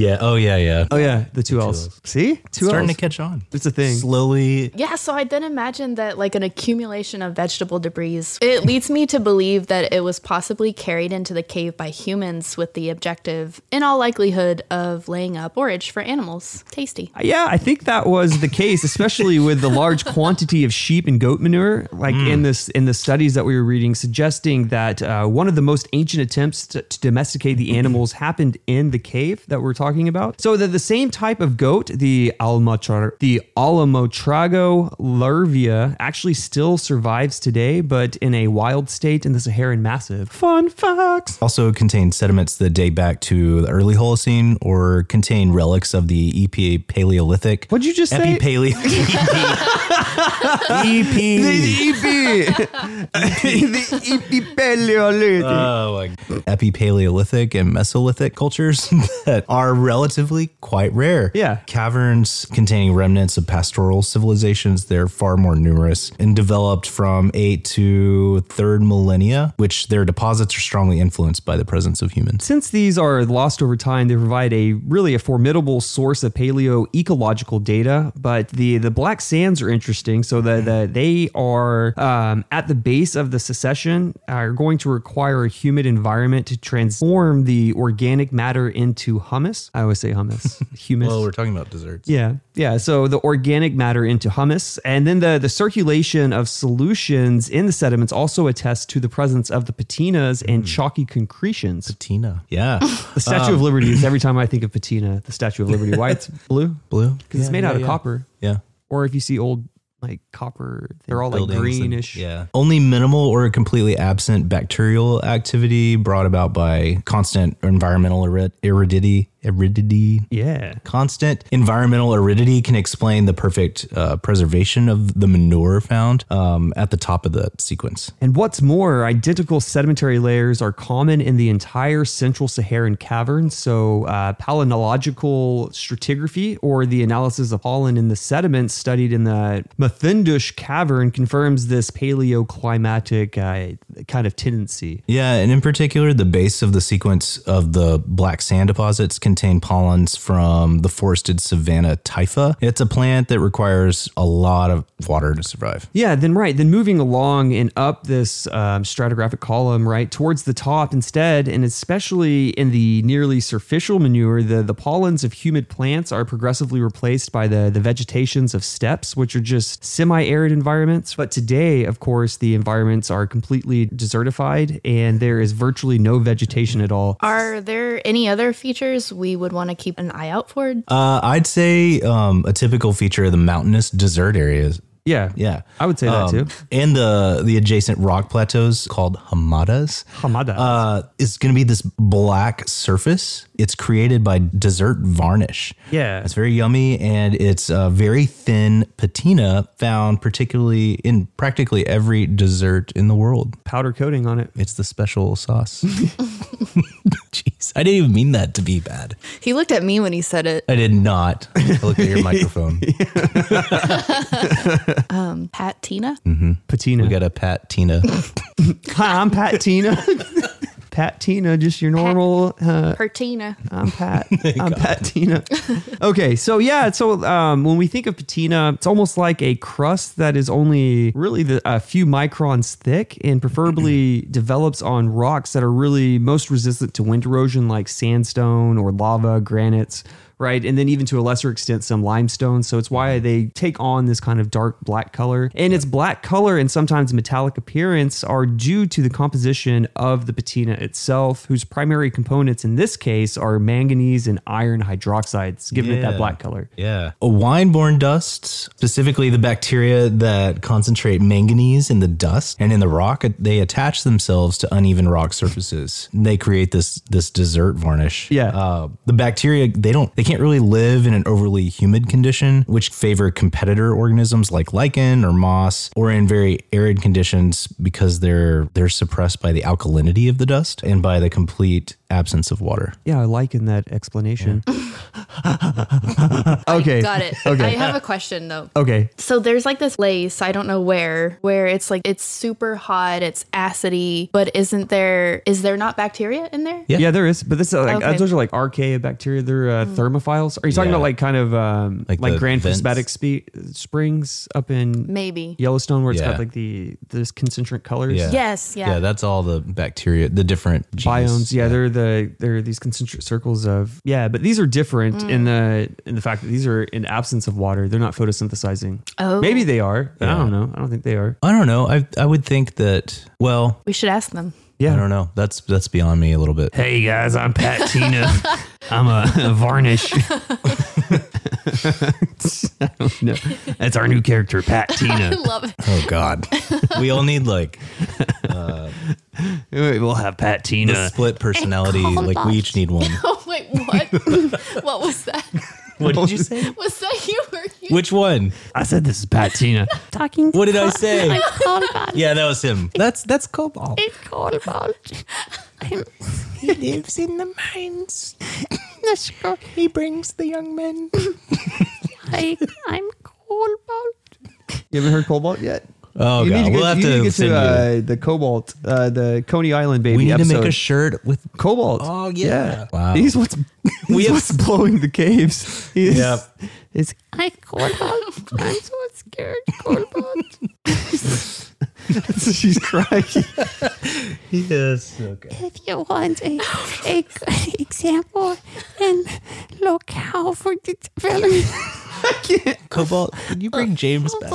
Speaker 3: Yeah. Oh, yeah, yeah.
Speaker 2: Oh yeah, the two L's. See, two
Speaker 3: Starting
Speaker 2: L's.
Speaker 3: to catch on.
Speaker 2: it's a thing.
Speaker 3: Slowly.
Speaker 1: Yeah, so I then imagine that like an accumulation of vegetable debris. It leads me to believe that it was possibly carried into the cave by humans with the objective, in all likelihood, of laying up forage for animals. Tasty.
Speaker 2: Yeah, I think that was the case, especially with the large quantity of sheep and goat manure. Like
Speaker 3: Hmm.
Speaker 2: in this, in the studies that we were reading, suggesting that uh, one of the most ancient attempts to, to domesticate the animals happened in the cave that we're talking about. So that the same type of goat, the Almatra- the Alamotrago larvia, actually still survives today, but in a wild state in the Saharan Massive. Fun facts.
Speaker 3: Also contain sediments that date back to the early Holocene or contain relics of the EPA Paleolithic.
Speaker 2: What'd you just say?
Speaker 3: Epipaleo.
Speaker 2: E
Speaker 3: EP.
Speaker 2: the EP. the EP Paleolithic.
Speaker 3: Oh, like epipaleolithic and mesolithic cultures that are relatively quite rare.
Speaker 2: Yeah.
Speaker 3: Caverns containing remnants of pastoral civilizations, they're far more numerous and developed from 8 to 3rd millennia, which their deposits are strongly influenced by the presence of humans.
Speaker 2: Since these are lost over time, they provide a really a formidable source of paleo ecological data. But the the black sands are interesting. So that that they are um, at the base of the secession are going to require a humid environment to transform the organic matter into hummus. I always say hummus, humus.
Speaker 3: Well, we're talking about desserts.
Speaker 2: Yeah, yeah. So the organic matter into humus, and then the the circulation of solutions in the sediments also attests to the presence of the patinas
Speaker 3: Mm.
Speaker 2: and chalky concretions.
Speaker 3: Tina. Yeah.
Speaker 2: The Statue
Speaker 3: Um.
Speaker 2: of Liberty is every time I think of patina, the Statue of Liberty. Why it's blue?
Speaker 3: Blue.
Speaker 2: Because it's made out of copper.
Speaker 3: Yeah.
Speaker 2: Or if you see old like copper, they're all like
Speaker 3: Buildings and-
Speaker 2: greenish.
Speaker 3: yeah. Only minimal or completely absent bacterial activity brought about by constant environmental irid- aridity. Aridity.
Speaker 2: yeah.
Speaker 3: Constant environmental aridity can explain the perfect uh, preservation of the manure found um, at the top of the sequence.
Speaker 2: And what's more, identical sedimentary layers are common in the entire central Saharan cavern. So, uh, palynological stratigraphy, or the analysis of pollen in the sediments studied in the Mathindush cavern, confirms this paleoclimatic uh, kind of tendency.
Speaker 3: Yeah, and in particular, the base of the sequence of the black sand deposits contain pollens from the forested savanna typha. It's a plant that requires a lot of water to survive.
Speaker 2: Yeah, then right, then moving along and up this um, stratigraphic column, right, towards the top instead, and especially in the nearly superficial manure, the, the pollens of humid plants are progressively replaced by the, the vegetations of steppes, which are just semi arid environments. But today, of course, the environments are completely desertified and there is virtually no vegetation at all.
Speaker 3: Uh,
Speaker 1: Are there any other features we would want to keep an eye out for?
Speaker 3: Uh, I'd say um, a typical feature of the mountainous desert areas.
Speaker 2: Yeah.
Speaker 3: Yeah,
Speaker 2: I would say that
Speaker 3: Um,
Speaker 2: too.
Speaker 3: And the the adjacent rock plateaus called hamadas.
Speaker 2: Hamada.
Speaker 3: Uh, is going to be this black surface. It's created by desert varnish.
Speaker 2: Yeah.
Speaker 3: It's very yummy and it's a very thin patina found particularly in practically every dessert in the world.
Speaker 2: Powder coating on it.
Speaker 3: It's the special sauce. Jeez, I didn't even mean that to be bad.
Speaker 1: He looked at me when he said it.
Speaker 3: I did not. I looked at your microphone.
Speaker 1: Pat Tina?
Speaker 2: Patina.
Speaker 3: We got a Pat Tina.
Speaker 2: Hi, I'm Pat Tina. Pat Tina, just your normal uh,
Speaker 1: Her Tina.
Speaker 2: I'm Pat. I'm Pat Tina. Okay, so yeah, so um, when we think of patina, it's almost like a crust that is only really the, a few microns thick, and preferably develops on rocks that are really most resistant to wind erosion, like sandstone or lava, granites. Right, and then even to a lesser extent, some limestone. So it's why they take on this kind of dark black color. And its black color and sometimes metallic appearance are due to the composition of the patina itself, whose primary components in this case are manganese and iron hydroxides, giving it that
Speaker 3: Yeah.
Speaker 2: black color.
Speaker 3: Yeah. A wine-borne dust, specifically the bacteria that concentrate manganese in the dust and in the rock, they attach themselves to uneven rock surfaces. They create this this dessert varnish.
Speaker 2: Yeah.
Speaker 3: Uh, the bacteria they don't they can't really live in an overly humid condition, which favor competitor organisms like lichen or moss, or in very arid conditions because they're they're suppressed by the alkalinity of the dust and by the complete absence of water.
Speaker 2: Yeah, I liken that explanation. okay.
Speaker 1: Got it. I have a question though.
Speaker 2: Okay.
Speaker 1: So there's like this place, I don't know where, where it's like it's super hot, it's acidy, but isn't there is there not bacteria in there?
Speaker 3: Yeah.
Speaker 2: Yeah, there is, but this is like
Speaker 1: Okay. Hmm.
Speaker 2: those are like archaea bacteria. They're uh, thermophiles. Are you talking
Speaker 3: Yeah.
Speaker 2: about like kind of um, like,
Speaker 3: Like the
Speaker 2: Grand
Speaker 3: vents?
Speaker 2: Prismatic spe- Springs up in
Speaker 1: Maybe.
Speaker 2: Yellowstone, where it's
Speaker 3: Yeah.
Speaker 2: got like the those concentric colors.
Speaker 3: Yeah.
Speaker 1: Yes, yeah.
Speaker 3: Yeah, that's all the bacteria, the different genes.
Speaker 2: Biomes, yeah, they're the they're these concentric circles of yeah, but these are different
Speaker 1: Hmm.
Speaker 2: in the in the fact that these are in absence of water. They're not photosynthesizing.
Speaker 1: Oh.
Speaker 2: maybe they are. But I don't know. I don't think they are.
Speaker 3: I don't know. I I would think that. Well,
Speaker 1: we should ask them.
Speaker 2: Yeah.
Speaker 3: I don't know. That's that's beyond me a little bit.
Speaker 2: Hey guys, I'm Pat Tina. I'm a, a varnish. I don't know. That's our new character, Pat
Speaker 1: I
Speaker 2: Tina.
Speaker 1: love it.
Speaker 3: Oh God, we all need like
Speaker 2: We'll have Pat Tina.
Speaker 3: split personality. like we each need one.
Speaker 1: Oh wait, what? what was that?
Speaker 3: What did you say?
Speaker 1: Was that you or you
Speaker 3: Which one?
Speaker 2: I said this is Pat Tina.
Speaker 1: talking
Speaker 3: What did I say?
Speaker 1: thought about
Speaker 3: Yeah, that was him. That's that's cobalt.
Speaker 1: it called about it. I'm
Speaker 3: He lives in the mines. he brings the young men.
Speaker 1: I, I'm called about
Speaker 2: You haven't heard Cobalt yet?
Speaker 3: Oh
Speaker 2: you
Speaker 3: God,
Speaker 2: need to get,
Speaker 3: we'll have
Speaker 2: you need
Speaker 3: to,
Speaker 2: to, get
Speaker 3: send
Speaker 2: to
Speaker 3: you.
Speaker 2: uh, the Cobalt, uh, the Coney Island baby.
Speaker 3: We need to
Speaker 2: episode.
Speaker 3: make a shirt with.
Speaker 2: Cobalt.
Speaker 3: Oh, yeah. Wow.
Speaker 2: He's what's he's what's blowing the caves. He's,
Speaker 3: Yep.
Speaker 2: It's
Speaker 1: I called about I'm so scared. Garrett Cornbot.
Speaker 2: She's crying.
Speaker 3: He is. Okay.
Speaker 4: if you want a, a good example, and look how for the development.
Speaker 3: Cobalt, can you
Speaker 1: Oh,
Speaker 3: bring James back?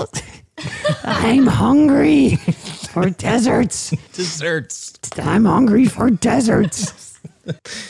Speaker 4: I'm hungry for deserts.
Speaker 3: Desserts.
Speaker 4: I'm hungry for deserts.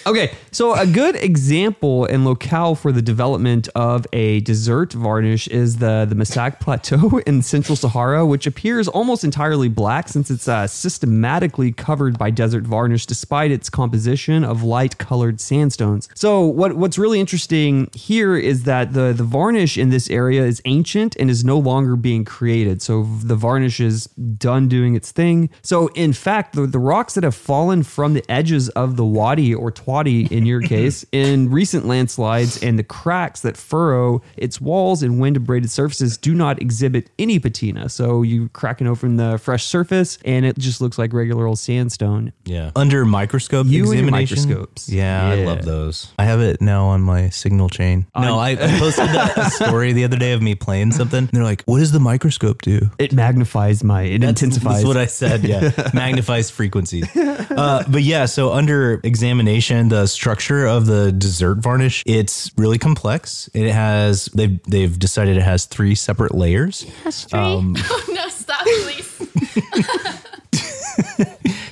Speaker 2: Okay, so a good example and locale for the development of a dessert varnish is the the Masak Plateau in Central Sahara, which appears almost entirely black since it's uh, systematically covered by desert varnish, despite its composition of light colored sandstones. So what what's really interesting here is that the the varnish in this area is ancient and is no longer being created. So the varnish is done doing its thing. So in fact, the, the rocks that have fallen from the edges of the wadi or twadi in your case in recent landslides and the cracks that furrow its walls and wind abraded surfaces do not exhibit any patina. So you cracking open the fresh surface and it just looks like regular old sandstone.
Speaker 3: Yeah. Under microscope
Speaker 2: You and your
Speaker 3: examination.
Speaker 2: microscopes.
Speaker 3: Yeah,
Speaker 2: Yeah.
Speaker 3: I love those. I have it now on my signal chain. no, I I posted that story the other day of me playing something. And they're like, what does the microscope do?
Speaker 2: It magnifies my it intensifies.
Speaker 3: That's what I said. Yeah, magnifies frequencies. Uh, but yeah, so under examination, the structure of the dessert varnish it's really complex. It has they've they've decided it has three separate layers.
Speaker 1: oh no, stop, please.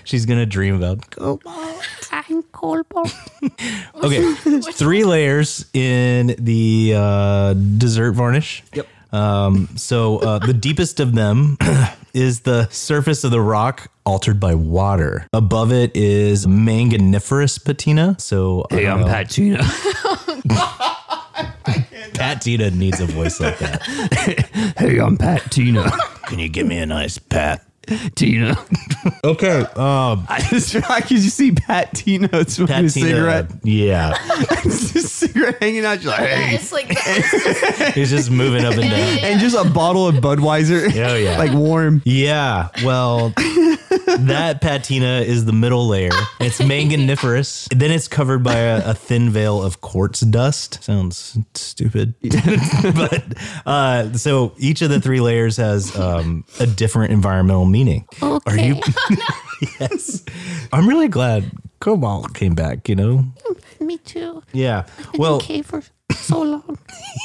Speaker 3: She's gonna dream about
Speaker 4: I'm Colbert.
Speaker 3: Okay, three layers in the uh, dessert varnish. Yep. Um, so uh, the deepest of them is the surface of the rock altered by water. Above it is manganiferous patina. So I don't know.
Speaker 2: Patina.
Speaker 3: patina needs a voice like that.
Speaker 2: hey, I'm Patina.
Speaker 3: Can you give me a nice pat?
Speaker 2: Tina.
Speaker 3: Okay. Um,
Speaker 2: I just like you see Pat Tino smoking a cigarette,
Speaker 3: Yeah,
Speaker 2: just a cigarette hanging out. She's like, hey.
Speaker 1: It's like the,
Speaker 3: he's just moving up and down.
Speaker 2: and just a bottle of Budweiser.
Speaker 3: Oh, yeah.
Speaker 2: like warm.
Speaker 3: Yeah, well, that patina is the middle layer. It's manganiferous. then it's covered by a, a thin veil of quartz dust. Sounds stupid, but uh, so each of the three layers has um, a different environmental meaning.
Speaker 4: Okay.
Speaker 3: yes, I'm really glad Cobalt came back. You know,
Speaker 4: Me too.
Speaker 3: yeah.
Speaker 4: Been
Speaker 3: Well,
Speaker 4: okay for so long.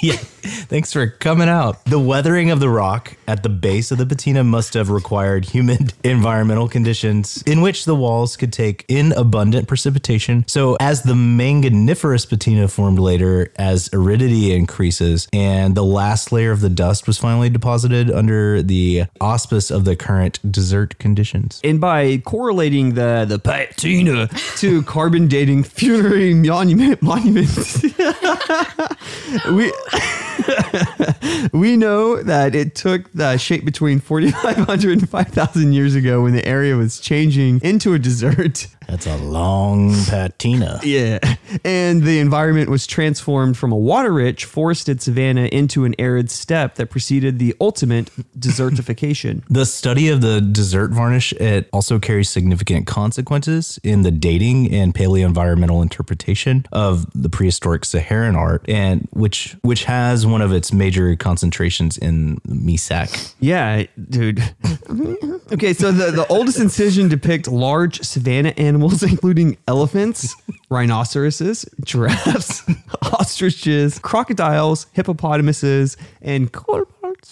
Speaker 3: yeah. Thanks for coming out. The weathering of the rock at the base of the patina must have required humid environmental conditions in which the walls could take in abundant precipitation. So, as the manganiferous patina formed later, as aridity increases, and the last layer of the dust was finally deposited under the auspice of the current desert conditions.
Speaker 2: And by correlating the the patina to carbon dating funerary monument monuments, we we know that it took the shape between 4,500 and 5,000 years ago when the area was changing into a desert.
Speaker 3: That's a long patina.
Speaker 2: Yeah. And the environment was transformed from a water rich, forested savanna into an arid steppe that preceded the ultimate desertification.
Speaker 3: The study of the dessert varnish it also carries significant consequences in the dating and paleo environmental interpretation of the prehistoric Saharan art, and which which has one of its major concentrations in Misak.
Speaker 2: Yeah, dude. Okay, so the, the oldest incision depict large savanna animals, including elephants, rhinoceroses, giraffes, ostriches, crocodiles, hippopotamuses, and colports.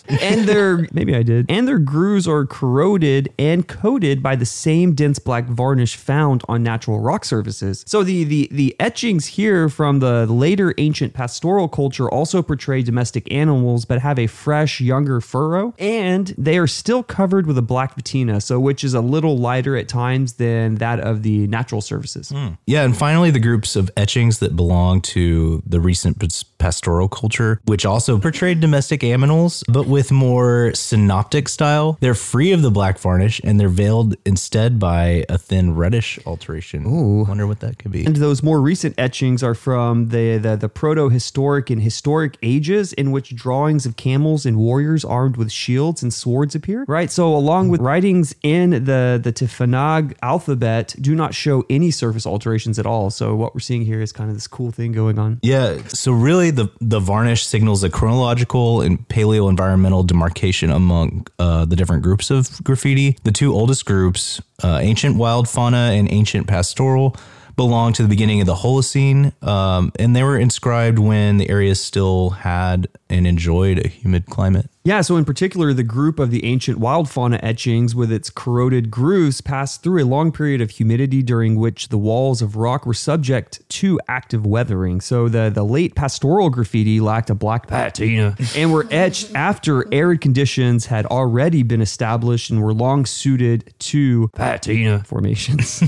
Speaker 2: And their maybe I did. And their grooves are corroded and coated by the same dense black varnish found on natural rock surfaces. So the the the etchings here from the later ancient pastoral culture also portray domestic animals, but have a fresh, younger furrow, and they are still covered with a black patina, so which is a little lighter at times than that of the natural surfaces.
Speaker 3: Yeah, and finally the groups of etchings that belong to the recent pas- pastoral culture, which also portrayed domestic animals, but with more synoptic style. They're free of the black varnish and they're veiled instead by a thin reddish alteration. Ooh. Wonder what that could be.
Speaker 2: And those more recent etchings are from the, the, the proto historic and historic ages in which drawings of camels and warriors armed with shields and swords appear. Right. So, along with writings in the, the Tifanag alphabet, do not show any surface alterations at all. So, what we're seeing here is kind of this cool thing going on.
Speaker 3: Yeah. So really, the the varnish signals a chronological and paleo environmental demarcation among uh, the different groups of graffiti. The two oldest groups, uh, ancient wild fauna and ancient pastoral, belong to the beginning of the Holocene, um, and they were inscribed when the area still had and enjoyed a humid climate.
Speaker 2: Yeah, so in particular, the group of the ancient wild fauna etchings with its corroded grooves passed through a long period of humidity during which the walls of rock were subject to active weathering. So the, the late pastoral graffiti lacked a black patina and were etched after arid conditions had already been established and were long suited to patina formations.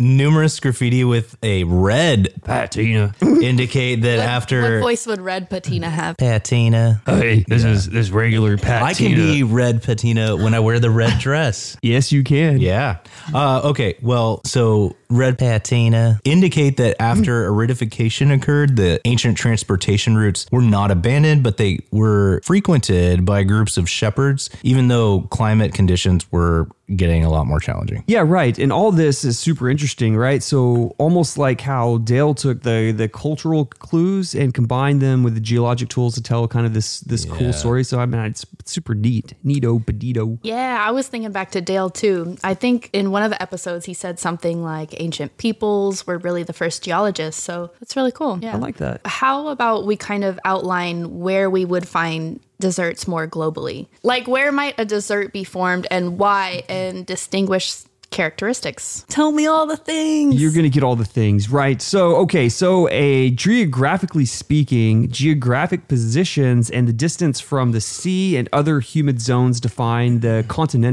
Speaker 3: Numerous graffiti with a red patina indicate that after
Speaker 1: What voice would Red Patina have?
Speaker 3: patina.
Speaker 5: Hey, this is this regular patina.
Speaker 3: I can be red patina when I wear the red dress.
Speaker 2: yes, you can.
Speaker 3: Yeah. Uh, okay. Well, so red patina indicate that after aridification occurred, the ancient transportation routes were not abandoned, but they were frequented by groups of shepherds, even though climate conditions were getting a lot more challenging.
Speaker 2: Yeah, right. And all this is super interesting, right? So almost like how Dale took the the cultural clues and combined them with the geologic tools to tell kind of this this cool story. So I mean, it's super neat, neato, pedito.
Speaker 1: Yeah, I was thinking back to Dale too. I think in one of the episodes he said something like ancient peoples were really the first geologists. So that's really cool. Yeah.
Speaker 2: I like that.
Speaker 1: How about we kind of outline where we would find desserts more globally? Like where might a dessert be formed and why and distinguish characteristics? Tell me all the things.
Speaker 2: You're going to get all the things, right? So, okay, so a geographically speaking, geographic positions and the distance from the sea and other humid zones define the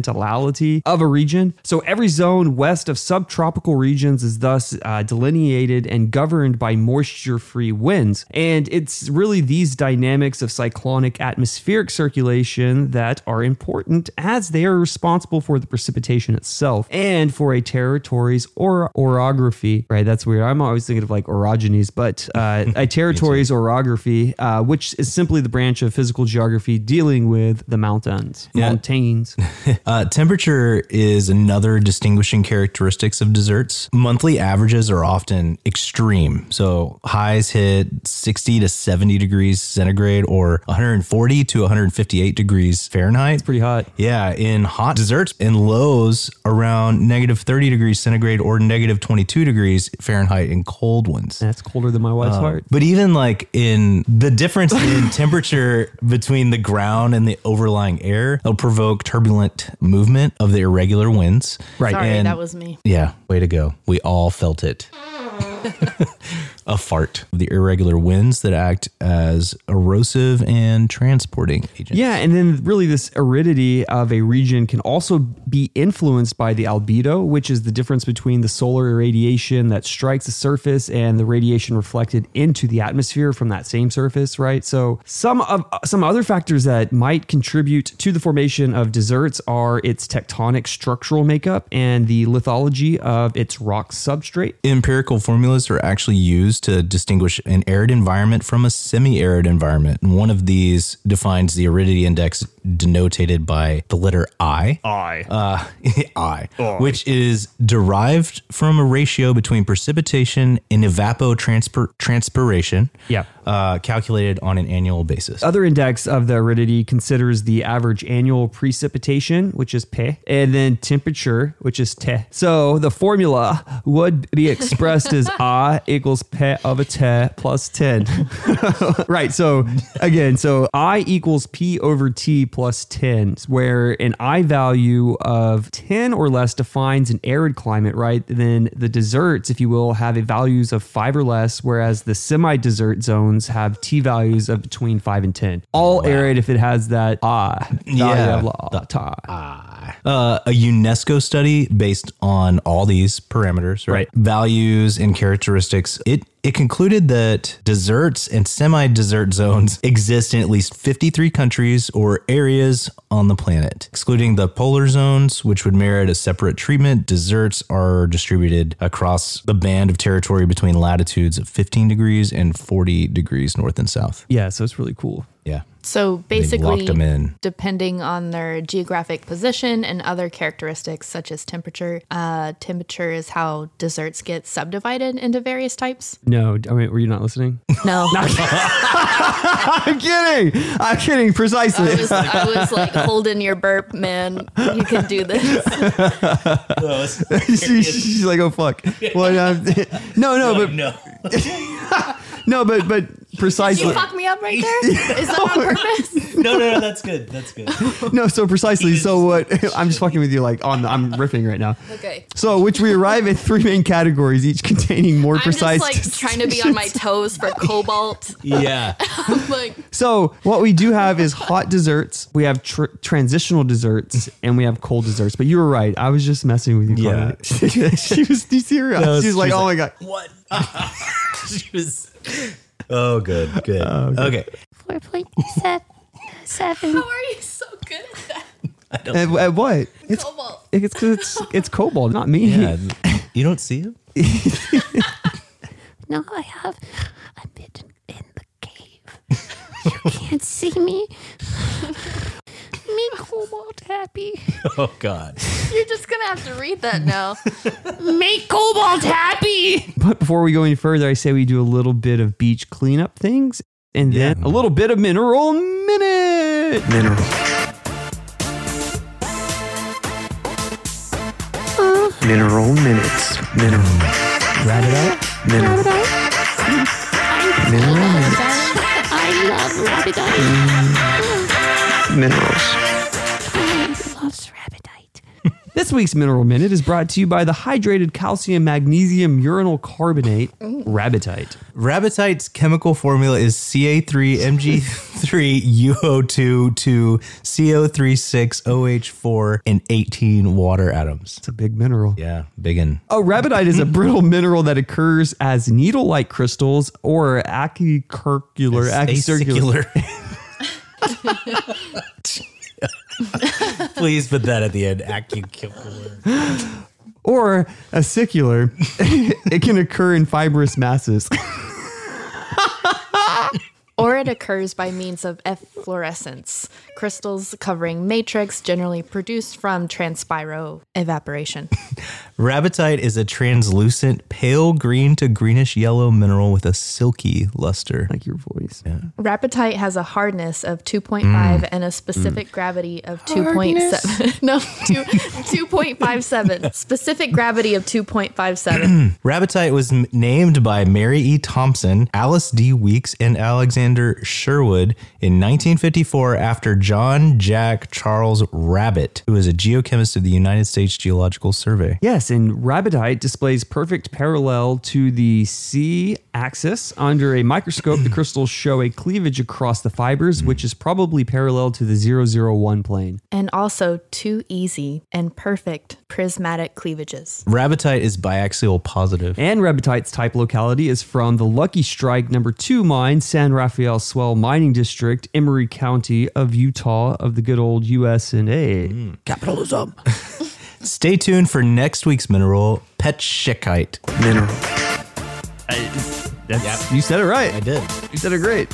Speaker 2: continentality of a region. So, every zone west of subtropical regions is thus uh, delineated and governed by moisture free winds. And it's really these dynamics of cyclonic atmospheric circulation that are important as they are responsible for the precipitation itself and for a territory's or orography. Right, that's weird. I'm always thinking of like orogenies, but uh, a territory's orography, uh, which is simply the branch of physical geography dealing with the mountains, mountains.
Speaker 3: Uh, temperature is another distinguishing characteristics of desserts. Monthly averages are often extreme. So highs hit 60 to 70 degrees centigrade or 140 to 158 degrees Fahrenheit.
Speaker 2: Pretty hot.
Speaker 3: Yeah, in hot desserts and lows around negative 30 degrees centigrade or negative 22 degrees Fahrenheit in cold ones.
Speaker 2: That's colder than my wife's heart.
Speaker 3: But even like in the difference in temperature between the ground and the overlying air, it'll provoke turbulent movement of the irregular winds.
Speaker 2: Right.
Speaker 1: Sorry,
Speaker 3: and-
Speaker 1: that was me.
Speaker 3: Yeah, way to go. We all felt it. A fart. The irregular winds that act as erosive and transporting agents.
Speaker 2: Yeah, and then really this aridity of a region can also be influenced by the albedo, which is the difference between the solar irradiation that strikes the surface and the radiation reflected into the atmosphere from that same surface, right? So some of some other factors that might contribute to the formation of deserts are its tectonic structural makeup and the lithology of its rock substrate.
Speaker 3: empirical formulas are actually used to distinguish an arid environment from a semi-arid environment. And one of these defines the aridity index denoted by the letter I. I. Uh, I, which is derived from a ratio between precipitation and evapotranspiration.
Speaker 2: Yeah.
Speaker 3: Uh, calculated on an annual basis.
Speaker 2: Other index of the aridity considers the average annual precipitation, which is P, and then temperature, which is T. So the formula would be expressed as I equals P of a T plus 10. right. So again, so I equals P over T plus 10, where an I value of 10 or less defines an arid climate, right? Then the deserts, if you will, have a values of five or less, whereas the semi desert zones have T values of between five and 10. All arid if it has that I.
Speaker 3: Yeah. uh, a UNESCO study based on all these parameters, right?
Speaker 2: Right.
Speaker 3: Values and characteristics. It it concluded that deserts and semi-desert zones exist in at least 53 countries or areas on the planet, excluding the polar zones, which would merit a separate treatment. Deserts are distributed across the band of territory between latitudes of 15 degrees and 40 degrees north and south.
Speaker 2: Yeah, so it's really cool.
Speaker 3: Yeah.
Speaker 1: So basically,
Speaker 3: locked 'em in.
Speaker 1: depending on their geographic position and other characteristics such as temperature, uh, temperature is how desserts get subdivided into various types.
Speaker 2: No, I mean, were you not listening?
Speaker 1: No,
Speaker 2: I'm kidding. I'm kidding. Precisely.
Speaker 1: I, was, I was like holding your burp, man. You can do this.
Speaker 2: She- she's like, oh fuck. Well, uh, no, no, but
Speaker 5: Oh, No.
Speaker 2: no, but but
Speaker 1: You
Speaker 2: precisely.
Speaker 1: fuck me up right there. Is that on purpose?
Speaker 5: no, no, no, that's good. That's good.
Speaker 2: No, so precisely. So what? I'm just fucking with you. Like on, the, I'm riffing right now.
Speaker 1: Okay.
Speaker 2: So which we arrive at three main categories, each containing more
Speaker 1: I'm
Speaker 2: precise.
Speaker 1: just like trying to be on my toes for cobalt.
Speaker 3: Yeah.
Speaker 1: I'm like,
Speaker 2: So what we do have is hot desserts. We have tr- transitional desserts, and we have cold desserts. But you were right. I was just messing with you.
Speaker 3: Yeah.
Speaker 2: Carly. she was serious.
Speaker 3: No,
Speaker 2: she was
Speaker 3: she
Speaker 2: like,
Speaker 3: was
Speaker 2: "Oh
Speaker 3: like-
Speaker 2: my god."
Speaker 3: What? she was. Oh, good, good. okay.
Speaker 4: Four point seven. Seven.
Speaker 1: how are you so good at that?
Speaker 2: At, at what? It's
Speaker 1: Cobalt.
Speaker 2: it's 'cause it's it's cobalt, not me.
Speaker 3: Yeah. Uh, You don't see him?
Speaker 4: No, I have. I'm hidden in the cave. You can't see me. Me cobalt happy.
Speaker 3: Oh God.
Speaker 1: You're just gonna have to read that now.
Speaker 4: Make cobalt happy.
Speaker 2: But before we go any further, I say we do a little bit of beach cleanup things and then
Speaker 3: Yeah.
Speaker 2: a little bit of mineral minute. Mineral. Mineral minutes. Mineral. Grab it up. Mineral.
Speaker 4: Rabbit-eye.
Speaker 2: Mineral minutes.
Speaker 4: I love rabbitite.
Speaker 2: Minerals.
Speaker 4: I loves rabbitite.
Speaker 2: This week's Mineral Minute is brought to you by the hydrated calcium magnesium urinal carbonate, Rabbitite.
Speaker 3: Rabbitite's chemical formula is Ca3Mg3UO2 to CO36OH4 and 18 water atoms.
Speaker 2: It's a big mineral.
Speaker 3: Yeah, biggin.
Speaker 2: A rabidite is a brittle mineral that occurs as needle-like crystals or acicircular, acicircular.
Speaker 3: Acicular. Please put that at the end. Acicular.
Speaker 2: or acicular. it can occur in fibrous masses.
Speaker 1: or it occurs by means of efflorescence, crystals covering matrix generally produced from transpiro evaporation.
Speaker 3: Rabbitite is a translucent, pale green to greenish yellow mineral with a silky luster.
Speaker 2: like your voice.
Speaker 1: Rapatite has a hardness of 2.5 and a specific gravity of 2.7. no, two, 2.57. Specific gravity of 2.57.
Speaker 3: Rabbitite was m- named by Mary E. Thompson, Alice D. Weeks, and Alexander Sherwood in 1954 after John Jack Charles Rabbit, who is a geochemist of the United States Geological Survey.
Speaker 2: Yes, and rabidite displays perfect parallel to the C axis. Under a microscope, the crystals show a cleavage across the fibers, which is probably parallel to the 001 plane.
Speaker 1: and also two easy and perfect prismatic cleavages.
Speaker 3: Rabbitite is biaxial positive.
Speaker 2: And Rebitite's type locality is from the Lucky Strike number 2 mine, San Rafael Swell Mining District, Emery County of Utah of the good old US and A. Capitalism.
Speaker 3: Stay tuned for next week's mineral, petchekite.
Speaker 5: That's,
Speaker 2: You said it right.
Speaker 3: did.
Speaker 2: You said it great.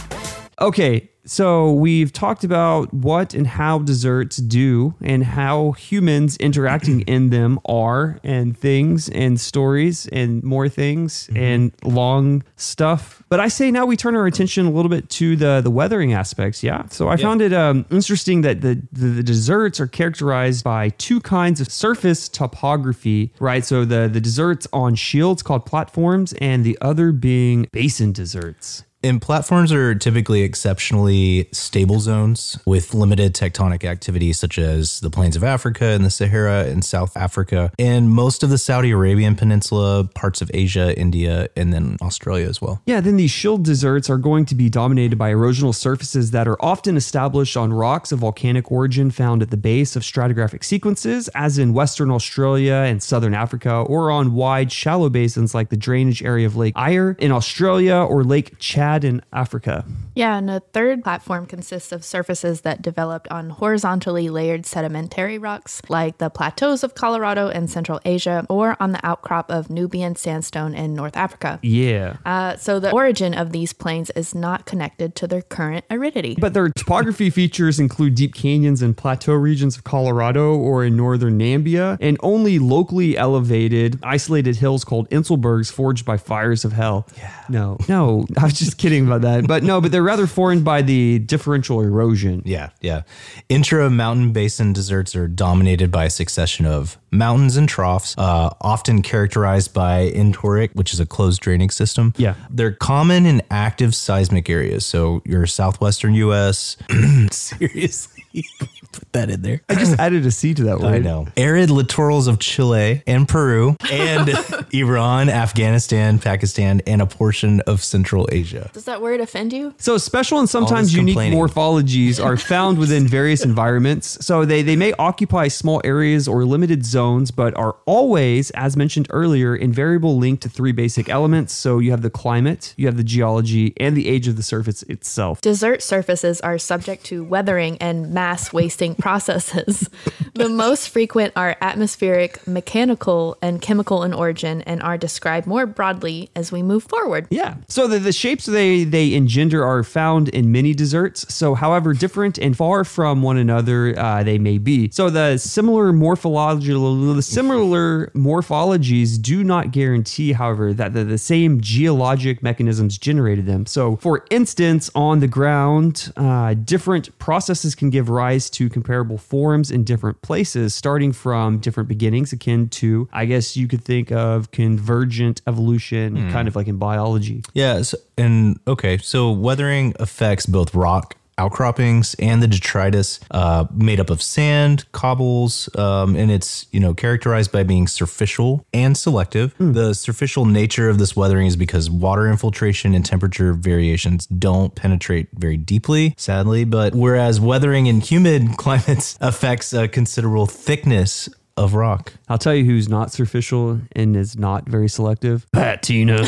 Speaker 2: Okay, so we've talked about what and how desserts do and how humans interacting in them are and things and stories and more things and long stuff. But I say now we turn our attention a little bit to the the weathering aspects. Yeah. So I found it um, interesting that the, the the desserts are characterized by two kinds of surface topography, right? So the the desserts on shields called platforms, and the other being basin desserts.
Speaker 3: And platforms are typically exceptionally stable zones with limited tectonic activity, such as the plains of Africa and the Sahara and South Africa, and most of the Saudi Arabian Peninsula, parts of Asia, India, and then Australia as well.
Speaker 2: Yeah, then these shield deserts are going to be dominated by erosional surfaces that are often established on rocks of volcanic origin found at the base of stratigraphic sequences, as in Western Australia and Southern Africa, or on wide, shallow basins like the drainage area of Lake Eyre in Australia or Lake Chad had in Africa.
Speaker 1: Yeah, and a third platform consists of surfaces that developed on horizontally layered sedimentary rocks like the plateaus of Colorado and Central Asia, or on the outcrop of Nubian sandstone in North Africa.
Speaker 2: Yeah.
Speaker 1: Uh, so the origin of these plains is not connected to their current aridity.
Speaker 2: But their topography features include deep canyons and plateau regions of Colorado or in northern Nambia, and only locally elevated, isolated hills called Inselbergs forged by fires of hell. Yeah. No, no, I was just kidding about that. But no, but they're rather formed by the differential erosion.
Speaker 3: Yeah, yeah. Intra mountain basin deserts are dominated by a succession of mountains and troughs, uh, often characterized by entoric, which is a closed drainage system.
Speaker 2: Yeah.
Speaker 3: They're common in active seismic areas. So your southwestern US. Seriously, put that in there.
Speaker 2: I just added a C to that word.
Speaker 3: I know. Arid litorals of Chile and Peru and Iran, Afghanistan, Pakistan, and a portion of Central Asia.
Speaker 1: Does that word offend you?
Speaker 2: So special and sometimes
Speaker 3: this
Speaker 2: unique
Speaker 3: complaining.
Speaker 2: morphologies are found within various environments. So they, they may occupy small areas or limited zones, but are always, as mentioned earlier, invariable linked to three basic elements. So you have the climate, you have the geology, and the age of the surface itself.
Speaker 1: Desert surfaces are subject to weathering and mass wasting processes. the most frequent are atmospheric, mechanical, and chemical in origin and are described more broadly as we move forward.
Speaker 2: Yeah. So the, the shapes they, they engender are found in many desserts. So, however different and far from one another uh, they may be. So the similar morphological the similar morphologies do not guarantee, however, that the, the same geologic mechanisms generated them. So, for instance, on the ground, uh, different processes can give rise to comparable forms in different places, starting from different beginnings, akin to, I guess you could think of convergent evolution, kind of like in biology.
Speaker 3: Yeah. So, and okay. So weathering affects both rock outcroppings and the detritus uh, made up of sand, cobbles, um, and it's, you know, characterized by being superficial and selective. The superficial nature of this weathering is because water infiltration and temperature variations don't penetrate very deeply, sadly, but whereas weathering in humid climates affects a considerable thickness of rock.
Speaker 2: I'll tell you who's not superficial and is not very selective. Pat Tina.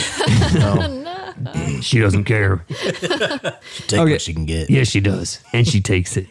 Speaker 2: she doesn't care.
Speaker 6: Take
Speaker 2: Okay.
Speaker 6: what she can get.
Speaker 2: Yes, she does. And she takes it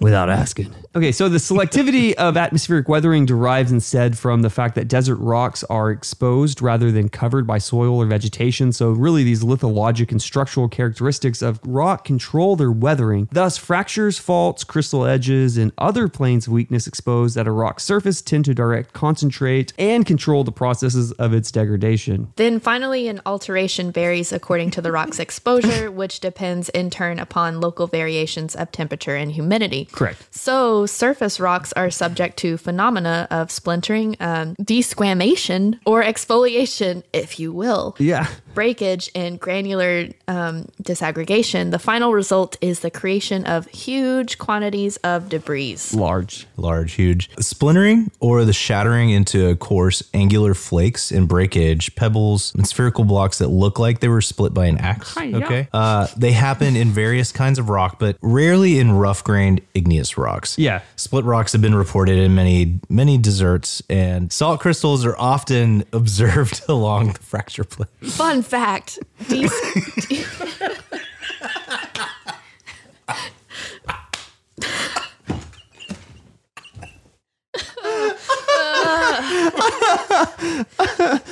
Speaker 2: without asking. Okay, so the selectivity of atmospheric weathering derives instead from the fact that desert rocks are exposed rather than covered by soil or vegetation. So, really, these lithologic and structural characteristics of rock control their weathering. Thus, fractures, faults, crystal edges, and other planes of weakness exposed at a rock's surface tend to direct, concentrate, and control the processes of its degradation.
Speaker 1: Then finally, an alteration varies according to the rock's exposure, which depends in turn upon local variations of temperature and humidity.
Speaker 2: Correct.
Speaker 1: So, surface rocks are subject to phenomena of splintering, um, desquamation, or exfoliation, if you will.
Speaker 2: Yeah.
Speaker 1: breakage and granular um, disaggregation, the final result is the creation of huge quantities of debris.
Speaker 2: Large.
Speaker 3: large, huge. Splintering or the shattering into coarse, angular flakes and breakage, pebbles, and spherical blocks that look like they were split by an axe.
Speaker 2: Hi-ya.
Speaker 3: Okay. Uh, they happen in various kinds of rock, but rarely in rough grained igneous rocks.
Speaker 2: Yeah.
Speaker 3: Split rocks have been reported in many, many deserts, and salt crystals are often observed along the fracture plate.
Speaker 1: Fun fact. Des-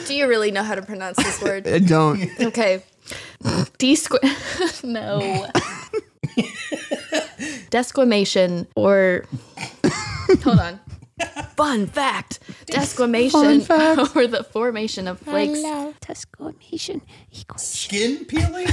Speaker 1: Do you really know how to pronounce this word?
Speaker 2: I don't.
Speaker 1: Okay. Desqu- no. Desquamation or hold on. Fun fact. Desquamation or the formation of
Speaker 4: I
Speaker 1: flakes.
Speaker 4: love Tusconation equation.
Speaker 5: Skin peeling?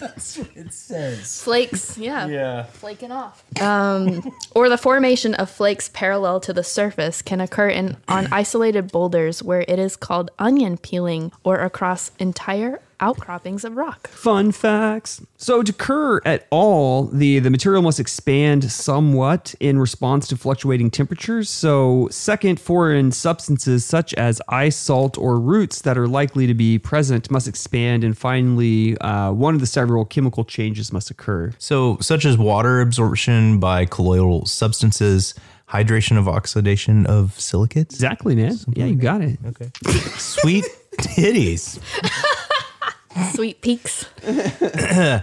Speaker 5: That's what it says.
Speaker 1: Flakes, yeah,
Speaker 5: Yeah.
Speaker 1: flaking off. Um, or the formation of flakes parallel to the surface can occur in on isolated boulders where it is called onion peeling or across entire outcroppings of rock.
Speaker 2: Fun facts. So to occur at all, the, the material must expand somewhat in response to fluctuating temperatures. So second, foreign substances such as ice, salt, or roots that are likely to be present must expand. And finally, uh, one of the several chemical changes must occur.
Speaker 3: So, such as water absorption by colloidal substances, hydration of oxidation of silicates.
Speaker 2: Exactly, man. Yeah, you got it.
Speaker 3: Sweet titties.
Speaker 1: Sweet peaks.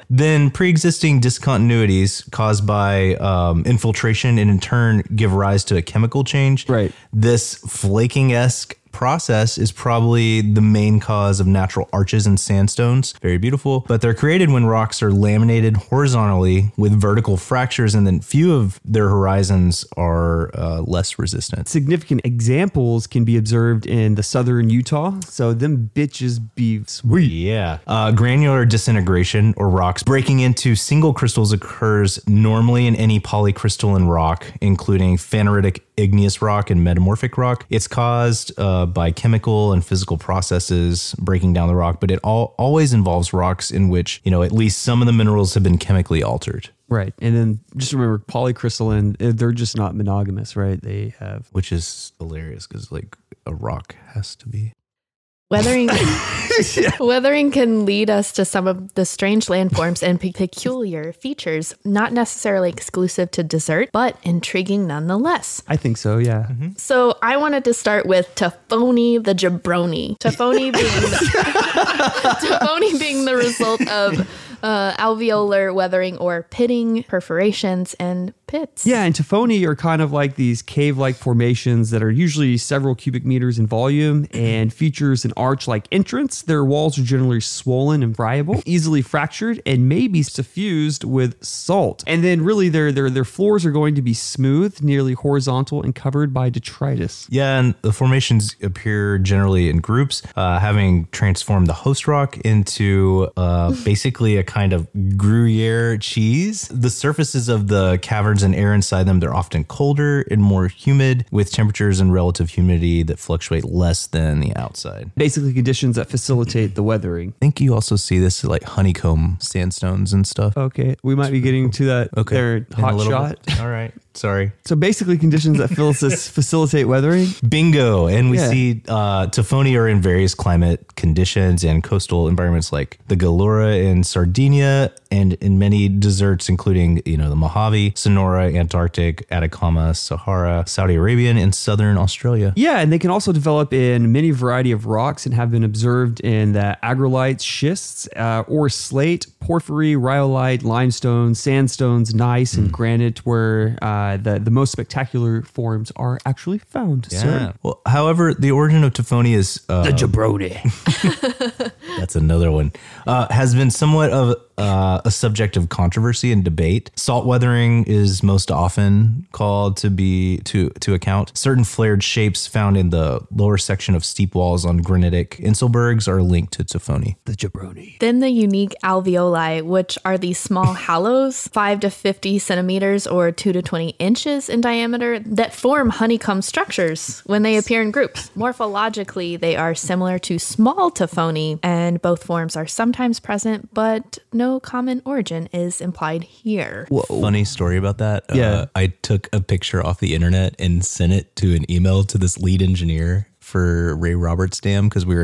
Speaker 3: Then pre-existing discontinuities caused by um, infiltration and in turn give rise to a chemical change.
Speaker 2: Right.
Speaker 3: This flaking esque process is probably the main cause of natural arches and sandstones. Very beautiful, but they're created when rocks are laminated horizontally with vertical fractures, and then few of their horizons are uh, less resistant.
Speaker 2: Significant examples can be observed in the southern Utah. So them bitches be sweet.
Speaker 3: Yeah. Uh, granular disintegration or rocks breaking into single crystals occurs normally in any polycrystalline rock, including phaneritic igneous rock and metamorphic rock. It's caused uh, by chemical and physical processes breaking down the rock, but it all, always involves rocks in which, you know, at least some of the minerals have been chemically altered,
Speaker 2: Right. And then just remember polycrystalline, eh, they're just not monogamous, right? They have.
Speaker 3: which is hilarious because, like, a rock has to be.
Speaker 1: Weathering Weathering can lead us to some of the strange landforms and pe- peculiar features, not necessarily exclusive to dessert, but intriguing nonetheless.
Speaker 2: I think so, yeah.
Speaker 3: Mm-hmm.
Speaker 1: So I wanted to start with Tafoni the Jabroni. Tafoni being Tafoni being the result of uh, alveolar weathering or pitting, perforations, and pits.
Speaker 2: Yeah, and Tifoni are kind of like these cave-like formations that are usually several cubic meters in volume
Speaker 3: Mm-hmm.
Speaker 2: and features an arch-like entrance. Their walls are generally swollen and friable, easily fractured, and maybe suffused with salt. And then really their their their floors are going to be smooth, nearly horizontal, and covered by detritus.
Speaker 3: Yeah, and the formations appear generally in groups, uh, having transformed the host rock into uh, basically a kind of Gruyere cheese. The surfaces of the caverns and air inside them, they're often colder and more humid, with temperatures and relative humidity that fluctuate less than the outside.
Speaker 2: Basically conditions that facilitate the weathering.
Speaker 3: I think you also see this like honeycomb sandstones and stuff.
Speaker 2: Okay, we might be getting to that okay. their
Speaker 3: In a
Speaker 2: hot
Speaker 3: little
Speaker 2: shot.
Speaker 3: bit. All right. Sorry.
Speaker 2: So basically conditions that facilis- facilitate weathering.
Speaker 3: Bingo. And we
Speaker 2: Yeah.
Speaker 3: see uh, Tifoni are in various climate conditions and coastal environments like the Galura in Sardinia and in many deserts, including, you know, the Mojave, Sonora, Antarctic, Atacama, Sahara, Saudi Arabian, and southern Australia.
Speaker 2: Yeah, and they can also develop in many variety of rocks and have been observed in the agrolites, schists, uh, or slate, porphyry, rhyolite, limestone, sandstones, gneiss,
Speaker 3: Hmm.
Speaker 2: and granite, where uh, the the most spectacular forms are actually found. sir.
Speaker 3: Well, however, the origin of Tifoni is uh,
Speaker 2: the jabroni.
Speaker 3: That's another one. Uh, has been somewhat of uh, a subject of controversy and debate. Salt weathering is most often called to be to to account. Certain flared shapes found in the lower section of steep walls on granitic Inselbergs are linked to Tifoni.
Speaker 2: the jabroni.
Speaker 1: Then the unique alveoli, which are these small hollows, 5 to 50 centimeters or 2 to 20 inches in diameter, that form honeycomb structures when they appear in groups. Morphologically, they are similar to small tophony, and both forms are sometimes present, but no common origin is implied here.
Speaker 3: Funny story about that. Uh,
Speaker 2: Yeah.
Speaker 3: I took a picture off the internet and sent it to an email to this lead engineer for Ray Roberts Dam because we were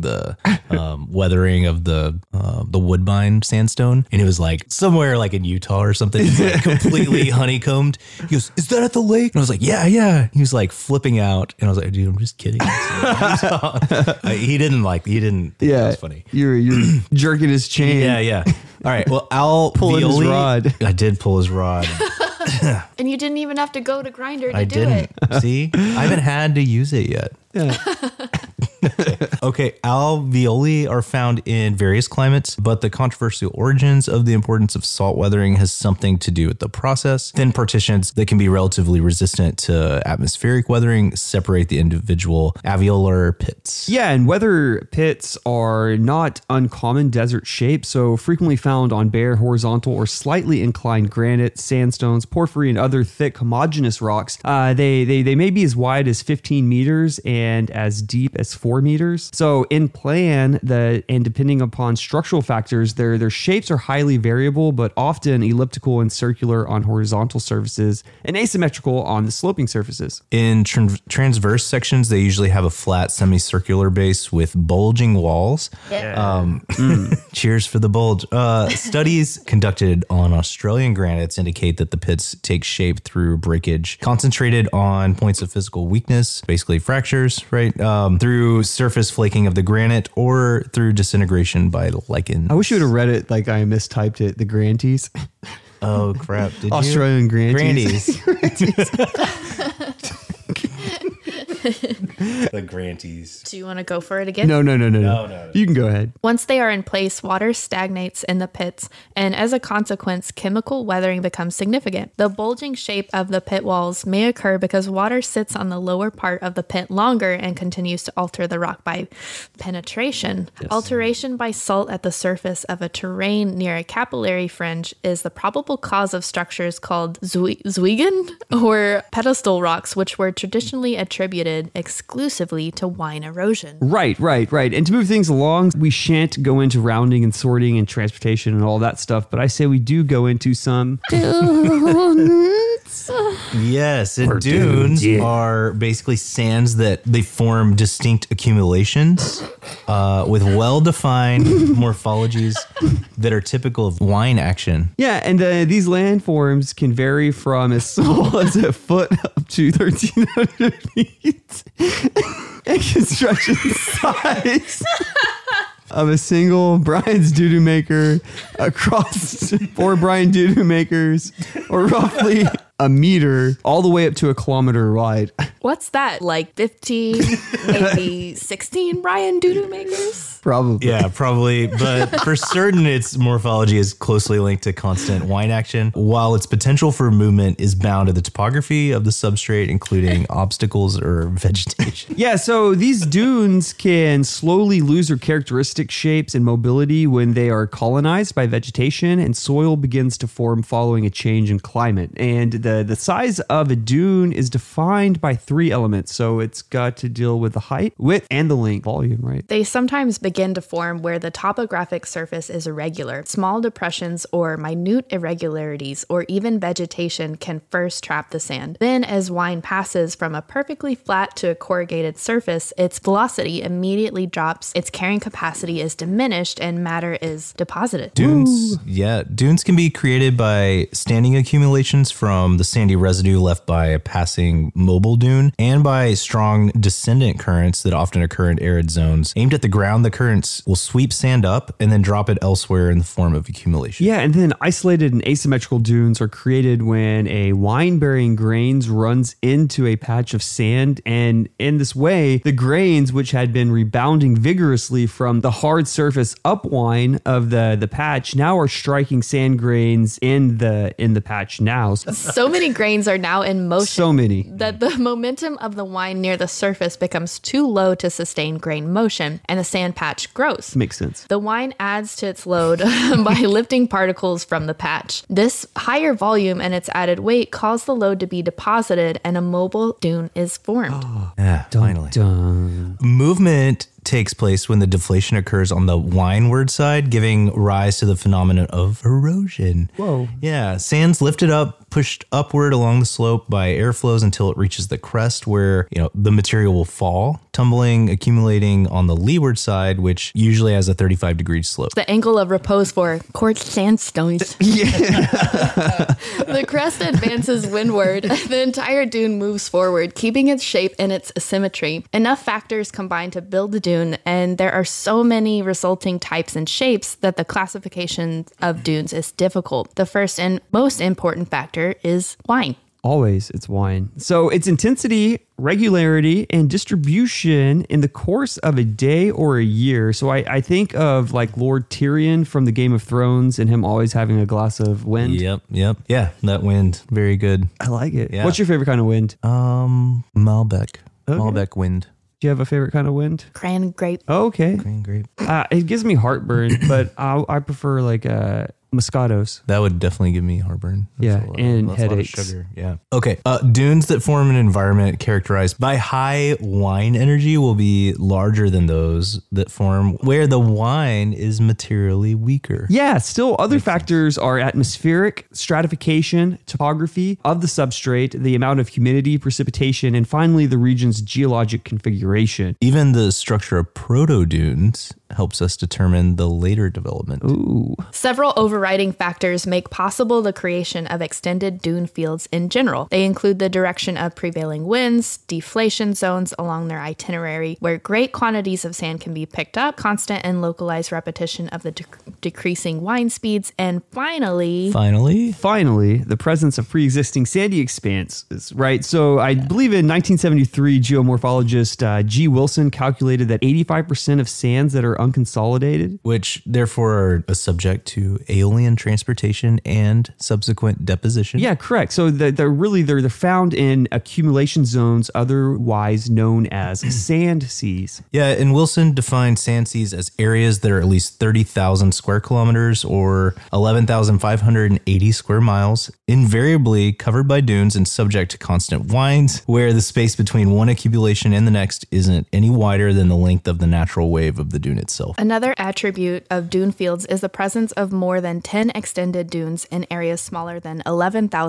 Speaker 3: the um, weathering of the uh, the Woodbine sandstone, and it was like somewhere like in Utah or something, it's like completely honeycombed. He goes, "Is that at the lake?" And I was like, "Yeah, yeah." He was like flipping out, and I was like, "Dude, I'm just kidding." he didn't like. He didn't. think that
Speaker 2: Yeah,
Speaker 3: was funny.
Speaker 2: You're you're jerking his chain.
Speaker 3: Yeah, yeah. All right. Well, Al
Speaker 2: Pulling his
Speaker 3: Violi-
Speaker 2: rod.
Speaker 3: I did pull his rod.
Speaker 1: And you didn't even have to go to Grinder to
Speaker 3: I
Speaker 1: do
Speaker 3: didn't.
Speaker 1: it.
Speaker 3: See, I haven't had to use it yet. okay, alveoli are found in various climates, but the controversial origins of the importance of salt weathering has something to do with the process. Thin partitions that can be relatively resistant to atmospheric weathering separate the individual alveolar pits.
Speaker 2: Yeah, and weather pits are not uncommon desert shapes, so frequently found on bare, horizontal, or slightly inclined granite, sandstones, porphyry, and other thick, homogeneous rocks. Uh, they, they they may be as wide as 15 meters and as deep as four meters. So in plan, the and depending upon structural factors, their their shapes are highly variable, but often elliptical and circular on horizontal surfaces, and asymmetrical on the sloping surfaces.
Speaker 3: In tran transverse sections, they usually have a flat semicircular base with bulging walls. Um, cheers for the bulge. Uh, studies conducted on Australian granites indicate that the pits take shape through breakage, concentrated on points of physical weakness, basically fractures, right? Um, through through surface flaking of the granite or through disintegration by lichen.
Speaker 2: I wish you would have read it like I mistyped it. The grantees,
Speaker 3: Oh crap! Did you?
Speaker 2: Australian grantees.
Speaker 3: Grandies.
Speaker 5: The grantees.
Speaker 1: Do you want to go for it again?
Speaker 2: No, no, no, no, no,
Speaker 5: No, no, no.
Speaker 2: You can go ahead.
Speaker 1: Once they are in place, water stagnates in the pits, and as a consequence, chemical weathering becomes significant. The bulging shape of the pit walls may occur because water sits on the lower part of the pit longer and continues to alter the rock by penetration. Alteration by salt at the surface of a terrain near a capillary fringe is the probable cause of structures called Zwie- Zwiegen or pedestal rocks, which were traditionally attributed exclusively to wine erosion.
Speaker 2: Right, right, right. And to move things along, we shan't go into rounding and sorting and transportation and all that stuff, but I say we do go into some
Speaker 4: Dunes.
Speaker 3: Yes, and
Speaker 2: dunes,
Speaker 3: dunes
Speaker 2: yeah.
Speaker 3: are basically sands that they form distinct accumulations uh, with well-defined morphologies that are typical of wine action.
Speaker 2: Yeah, and uh, these landforms can vary from as small as a foot up to 1,300 feet and construction size of a single Brian's Doodoo Maker across four Brian Doodoo Makers, or roughly a meter, all the way up to a kilometer wide.
Speaker 1: What's that? Like 15, maybe 16 Ryan Doodoo makers?
Speaker 2: Probably.
Speaker 3: Yeah, probably, but for certain, its morphology is closely linked to constant wine action, while its potential for movement is bound to the topography of the substrate, including obstacles or vegetation.
Speaker 2: Yeah, so these dunes can slowly lose their characteristic shapes and mobility when they are colonized by vegetation and soil begins to form following a change in climate. And the, the size of a dune is defined by three elements. So it's got to deal with the height, width, and the length, volume, right?
Speaker 1: They sometimes begin to form where the topographic surface is irregular. Small depressions or minute irregularities or even vegetation can first trap the sand. Then, as wine passes from a perfectly flat to a corrugated surface, its velocity immediately drops, its carrying capacity is diminished, and matter is deposited.
Speaker 3: Dunes, yeah, dunes can be created by standing accumulations from the sandy residue left by a passing mobile dune and by strong descendant currents that often occur in arid zones. Aimed at the ground, the currents will sweep sand up and then drop it elsewhere in the form of accumulation.
Speaker 2: Yeah, and then isolated and asymmetrical dunes are created when a wine bearing grains runs into a patch of sand. And in this way, the grains, which had been rebounding vigorously from the hard surface up wine of the, the patch, now are striking sand grains in the in the patch now.
Speaker 1: So many grains are now in motion.
Speaker 2: So many.
Speaker 1: that the momentum of the wine near the surface becomes too low to sustain grain motion and the sand patch grows.
Speaker 2: Makes sense.
Speaker 1: The wine adds to its load by lifting particles from the patch. This higher volume and its added weight cause the load to be deposited and a mobile dune is formed.
Speaker 3: Yeah, finally.
Speaker 2: Dun.
Speaker 3: Movement takes place when the deflation occurs on the wineward side, giving rise to the phenomenon of erosion.
Speaker 2: Whoa.
Speaker 3: Yeah, sand's lifted up, pushed upward along the slope by airflows until it reaches the crest where, you know, the material will fall, tumbling, accumulating on the leeward side, which usually has a 35 degree slope.
Speaker 1: The angle of repose for quartz sandstones. the crest advances windward. The entire dune moves forward, keeping its shape and its symmetry. Enough factors combine to build the dune, and there are so many resulting types and shapes that the classification of dunes is difficult. The first and most important factor is wine.
Speaker 2: Always, it's wine. So its intensity, regularity, and distribution in the course of a day or a year. So I, I think of like Lord Tyrion from the Game of Thrones and him always having a glass of wind.
Speaker 3: Yep, yep. Yeah, that wind. Very good.
Speaker 2: I like it.
Speaker 3: Yeah.
Speaker 2: What's your favorite kind of wind?
Speaker 3: Um, Malbec. Malbec wind.
Speaker 2: Do you have a favorite kind of wind?
Speaker 1: Cran grape.
Speaker 2: Okay.
Speaker 3: Green grape.
Speaker 2: Uh, it gives me heartburn, but I, I prefer like uh, Moscatos.
Speaker 3: That would definitely give me heartburn.
Speaker 2: Yeah, and
Speaker 3: a lot of
Speaker 2: headaches.
Speaker 3: sugar. Yeah. Okay. Uh, dunes that form an environment characterized by high wine energy will be larger than those that form where the wine is materially weaker.
Speaker 2: Yeah, still other factors are atmospheric, stratification, topography of the substrate, the amount of humidity, precipitation, and finally the region's geologic configuration.
Speaker 3: Even the structure of proto dunes helps us determine the later development.
Speaker 2: Ooh.
Speaker 1: Several overriding factors make possible the creation of extended dune fields in general. They include the direction of prevailing winds, deflation zones along their itinerary, where great quantities of sand can be picked up, constant and localized repetition of the dec- decreasing wind speeds, and finally,
Speaker 3: Finally,
Speaker 2: Finally, the presence of pre existing sandy expanses, right? So I believe in 1973, geomorphologist uh, G. Wilson calculated that 85% of sands that are unconsolidated
Speaker 3: which therefore are a subject to aeolian transportation and subsequent deposition.
Speaker 2: Yeah, correct. So they're, they're really they're, they're found in accumulation zones, otherwise known as sand seas.
Speaker 3: Yeah, and Wilson defined sand seas as areas that are at least 30,000 square kilometers or 11,580 square miles, invariably covered by dunes and subject to constant winds, where the space between one accumulation and the next isn't any wider than the length of the natural wave of the dune itself.
Speaker 1: Another attribute of dune fields is the presence of more than 10 extended dunes in areas smaller than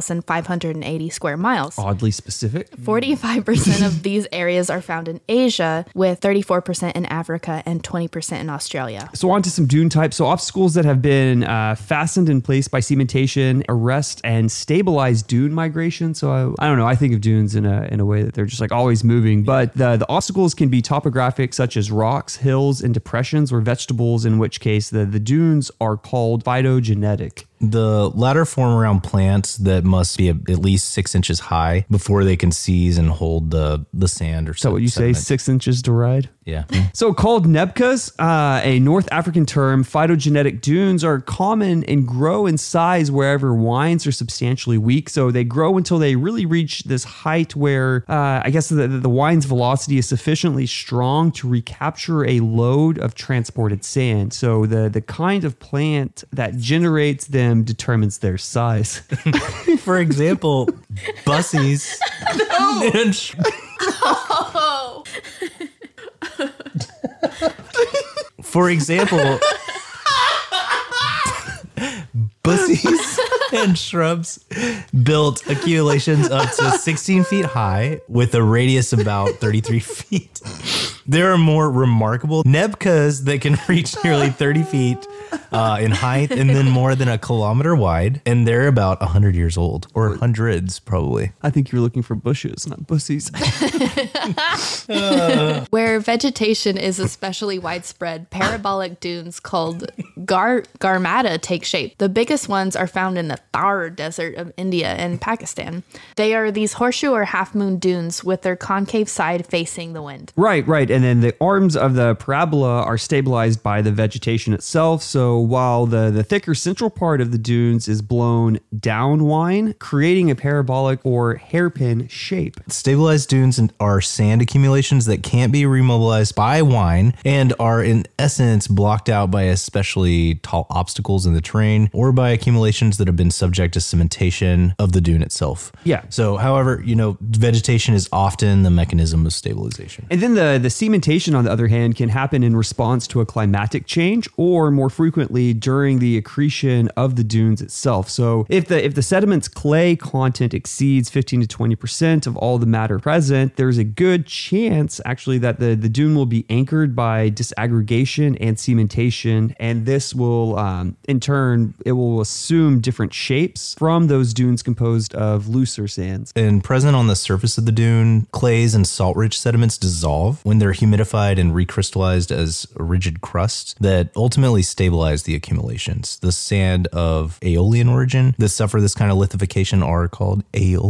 Speaker 1: 11,580 square miles.
Speaker 2: Oddly specific.
Speaker 1: 45% of these areas are found in Asia, with 34% in Africa and 20% in Australia.
Speaker 2: So onto some dune types. So obstacles that have been uh, fastened in place by cementation arrest and stabilize dune migration. So I, I don't know. I think of dunes in a in a way that they're just like always moving. But the the obstacles can be topographic, such as rocks, hills, and depressions, or vegetables. In which case, the the dunes are called phytogenetic.
Speaker 3: The latter form around plants that must be at least six inches high before they can seize and hold the, the sand or
Speaker 2: Is that what you say? Six inches to ride.
Speaker 3: Yeah. Hmm?
Speaker 2: So called nebkas, uh, a North African term, phytogenetic dunes are common and grow in size wherever wines are substantially weak. So they grow until they really reach this height where uh, I guess the, the wine's velocity is sufficiently strong to recapture a load of transported sand. So the, the kind of plant that generates them determines their size.
Speaker 3: For example, bussies. For example, bussies and shrubs built accumulations up to 16 feet high with a radius about 33 feet. There are more remarkable nebkas that can reach nearly 30 feet uh, in height and then more than a kilometer wide. And they're about 100 years old or hundreds, probably.
Speaker 2: I think you're looking for bushes, not bussies.
Speaker 1: Where vegetation is especially widespread, parabolic dunes called gar- Garmata take shape. The biggest ones are found in the Thar Desert of India and Pakistan. They are these horseshoe or half moon dunes with their concave side facing the wind.
Speaker 2: Right, right. And then the arms of the parabola are stabilized by the vegetation itself. So while the, the thicker central part of the dunes is blown downwine, creating a parabolic or hairpin shape.
Speaker 3: Stabilized dunes and- are sand accumulations that can't be remobilized by wine and are, in essence, blocked out by especially tall obstacles in the terrain or by accumulations that have been subject to cementation of the dune itself.
Speaker 2: Yeah.
Speaker 3: So, however, you know, vegetation is often the mechanism of stabilization.
Speaker 2: And then the, the cementation, on the other hand, can happen in response to a climatic change or more frequently during the accretion of the dunes itself. So if the if the sediment's clay content exceeds 15 to 20% of all the matter present, there's a good chance actually that the, the dune will be anchored by disaggregation and cementation. And this will um, in turn it will assume different shapes from those dunes composed of looser sands.
Speaker 3: and present on the surface of the dune, clays and salt rich sediments dissolve when they're humidified and recrystallized as a rigid crust that ultimately stabilize the accumulations. The sand of aeolian origin that suffer this kind of lithification are called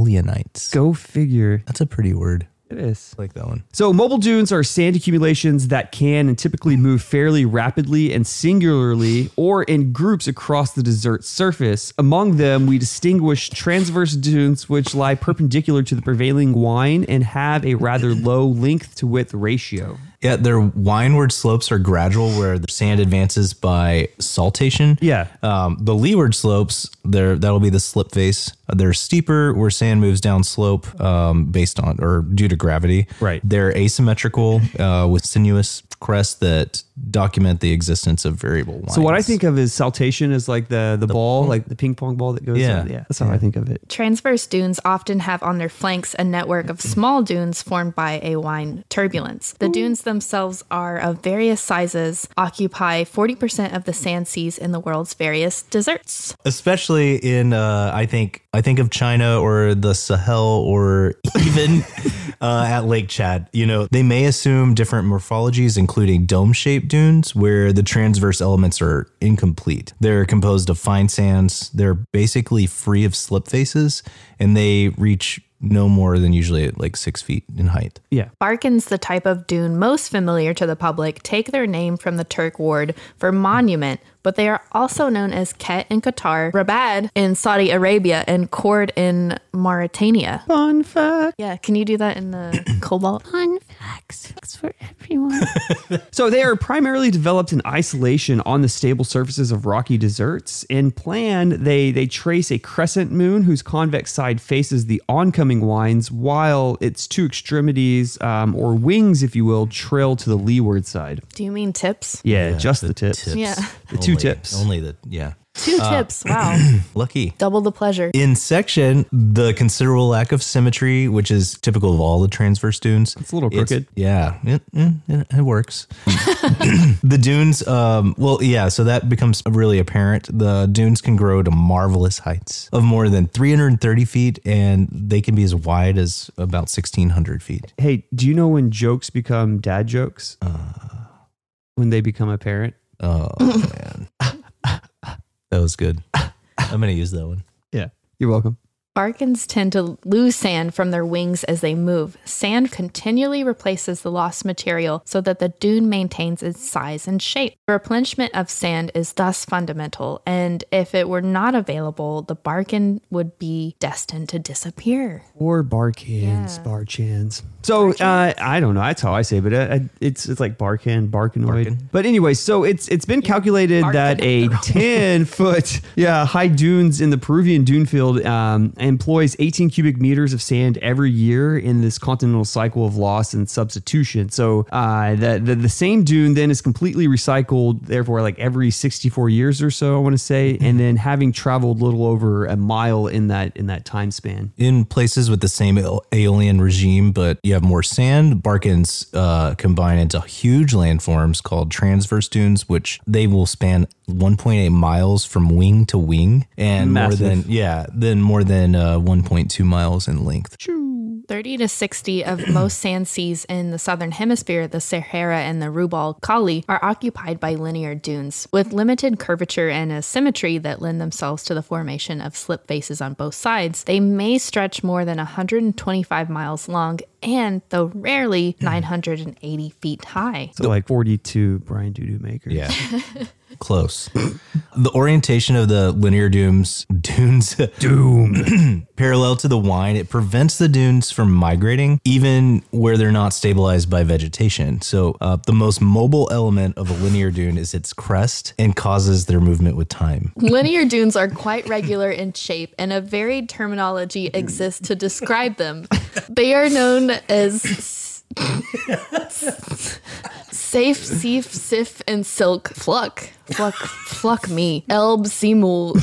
Speaker 3: aeolianites.
Speaker 2: Go figure.
Speaker 3: That's a pretty word.
Speaker 2: It is.
Speaker 3: I like that one.
Speaker 2: So, mobile dunes are sand accumulations that can and typically move fairly rapidly and singularly or in groups across the desert surface. Among them, we distinguish transverse dunes, which lie perpendicular to the prevailing wine and have a rather low length to width ratio.
Speaker 3: Yeah, their windward slopes are gradual, where the sand advances by saltation.
Speaker 2: Yeah.
Speaker 3: um, the leeward slopes there that'll be the slip face They're steeper where sand moves down slope um, based on or due to gravity.
Speaker 2: Right.
Speaker 3: They're asymmetrical uh, with sinuous crests that document the existence of variable lines.
Speaker 2: So what I think of is saltation is like the the, ball, like the ping pong ball that goes.
Speaker 3: Yeah.
Speaker 2: Yeah, yeah that's how I think of it.
Speaker 1: Transverse dunes often have on their flanks a network of small dunes formed by a wine turbulence. The dunes themselves are of various sizes, occupy 40% of the sand seas in the world's various deserts.
Speaker 3: especially in uh, I think I think of China or the Sahel or even uh, at Lake Chad. You know, they may assume different morphologies, including dome-shaped dunes, where the transverse elements are incomplete. They're composed of fine sands. They're basically free of slip faces, and they reach no more than usually like six feet in height.
Speaker 2: Yeah.
Speaker 1: Barkins, the type of dune most familiar to the public, take their name from the Turk word for monument, but they are also known as Ket in Qatar, Rabad in Saudi Arabia, and Kord in Mauritania.
Speaker 2: Fun fact.
Speaker 1: Yeah, can you do that in the cobalt?
Speaker 4: Fun facts facts for everyone.
Speaker 2: So they are primarily developed in isolation on the stable surfaces of rocky deserts. In plan, they they trace a crescent moon whose convex side faces the oncoming winds, while its two extremities um, or wings, if you will, trail to the leeward side.
Speaker 1: Do you mean tips?
Speaker 2: Yeah, just the, tips.
Speaker 1: Yeah.
Speaker 2: The two
Speaker 3: Only-
Speaker 2: tips.
Speaker 3: Only the yeah.
Speaker 1: Two tips. Wow.
Speaker 3: Lucky.
Speaker 1: Double the pleasure.
Speaker 3: In section, the considerable lack of symmetry, which is typical of all the transverse dunes. It's
Speaker 2: a little crooked.
Speaker 3: yeah, it, it, it- it works. the dunes, um, well, yeah, so that becomes really apparent. The dunes can grow to marvelous heights of more than 330 feet, and they can be as wide as about 1,600 feet.
Speaker 2: Hey, do you know when jokes become dad jokes? Uh. when they become a parent?
Speaker 3: Oh, man. that was good. I'm going to use that one.
Speaker 2: Yeah. You're welcome.
Speaker 1: Barkins tend to lose sand from their wings as they move. Sand continually replaces the lost material so that the dune maintains its size and shape. The replenishment of sand is thus fundamental, and if it were not available, the barkin would be destined to disappear.
Speaker 2: Or barkins,
Speaker 1: Yeah.
Speaker 2: barchans. So uh, I don't know. That's how I say, it, but I, I, it's it's like barkin, barkinoid.
Speaker 3: Barkin.
Speaker 2: But anyway, so it's it's been calculated that a ten foot yeah high dunes in the Peruvian dune field um, employs eighteen cubic meters of sand every year in this continental cycle of loss and substitution. So uh, the, the the same dune then is completely recycled. Therefore, like every sixty four years or so, I want to say, and then having traveled little over a mile in that in that time span.
Speaker 3: in places with the same ae- aeolian regime, but you have more sand, Barkins uh, combine into huge landforms called transverse dunes, which they will span 1.8 miles from wing to wing, and
Speaker 2: Massive.
Speaker 3: more than yeah, then more than uh, 1.2 miles in length.
Speaker 1: 30 to 60 of most sand seas in the southern hemisphere, the Sahara and the Rubal Kali, are occupied by linear dunes, with limited curvature and asymmetry that lend themselves to the formation of slip faces on both sides. They may stretch more than 125 miles long and, though rarely, 980 feet high.
Speaker 2: So like 42 Brian Doodoo makers.
Speaker 3: Yeah. Close. the orientation of the linear dunes dunes doom parallel to the wine, it prevents the dunes from migrating, even where they're not stabilized by vegetation. So uh, the most mobile element of a linear dune is its crest and causes their movement with time.
Speaker 1: Linear dunes are quite regular in shape, and a varied terminology exists to describe them. They are known as s- safe, seef, sif, and silk. Fluck, fluck, fluck me. Elb, simul,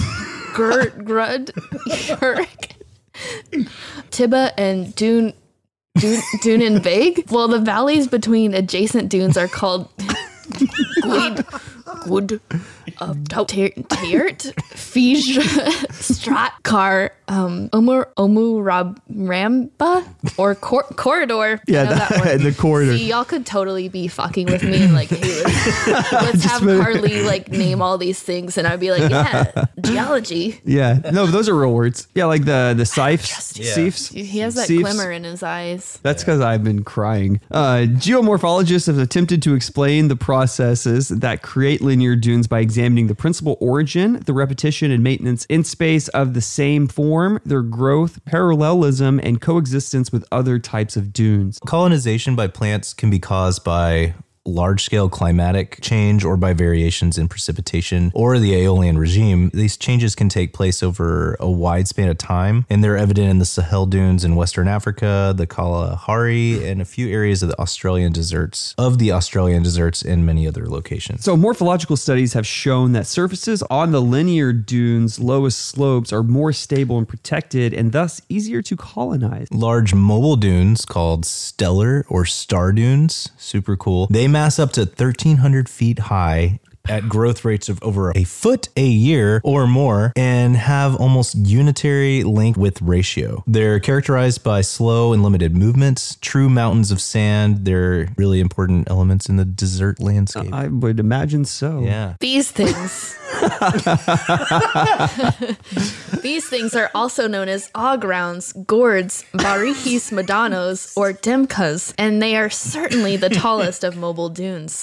Speaker 1: gert, grud, yurik, tibba, and dune. Dune, dune and vague. Well, the valleys between adjacent dunes are called Guid, Gud, Tau- Ter- Teert, Fij, Stratkar, um, Umur, Omurab, Ramba, or cor- Corridor.
Speaker 2: Yeah,
Speaker 1: You know
Speaker 2: that- one. the corridor.
Speaker 1: See, y'all could totally be fucking with me and like, hey, let's, let's have
Speaker 2: move-
Speaker 1: Carly like name all these things, and I'd be like, yeah, geology.
Speaker 2: Yeah. No, those are real words. Yeah, like the the sifes.
Speaker 1: you.
Speaker 2: Sifes.
Speaker 1: He has that
Speaker 2: Sifes.
Speaker 1: glimmer in his eyes.
Speaker 2: That's because I've been crying. Uh, geomorphologists have attempted to explain the processes that create linear dunes by examining the principal origin, the repetition and maintenance in space of the same form, their growth, parallelism, and coexistence with other types of dunes.
Speaker 3: Colonization by plants can be caused by
Speaker 5: large scale climatic change or by variations in precipitation or the Aeolian regime, these changes can take place over a wide span of time, and they're evident in the Sahel dunes in Western Africa, the Kalahari, and a few areas of the Australian deserts, of the Australian deserts, and many other locations.
Speaker 2: So, morphological studies have shown that surfaces on the linear dunes' lowest slopes are more stable and protected, and thus easier to colonize.
Speaker 5: large mobile dunes called stellar or star dunes. Super cool. They mass up to 1,300 feet high at growth rates of over a foot a year or more and have almost unitary length width ratio. They're characterized by slow and limited movements, true mountains of sand. They're really important elements in the desert landscape.
Speaker 2: I would imagine so.
Speaker 5: yeah.
Speaker 1: These things. These things are also known as aw grounds, gourds, barihis madanos, or demkas, and they are certainly the tallest of mobile dunes.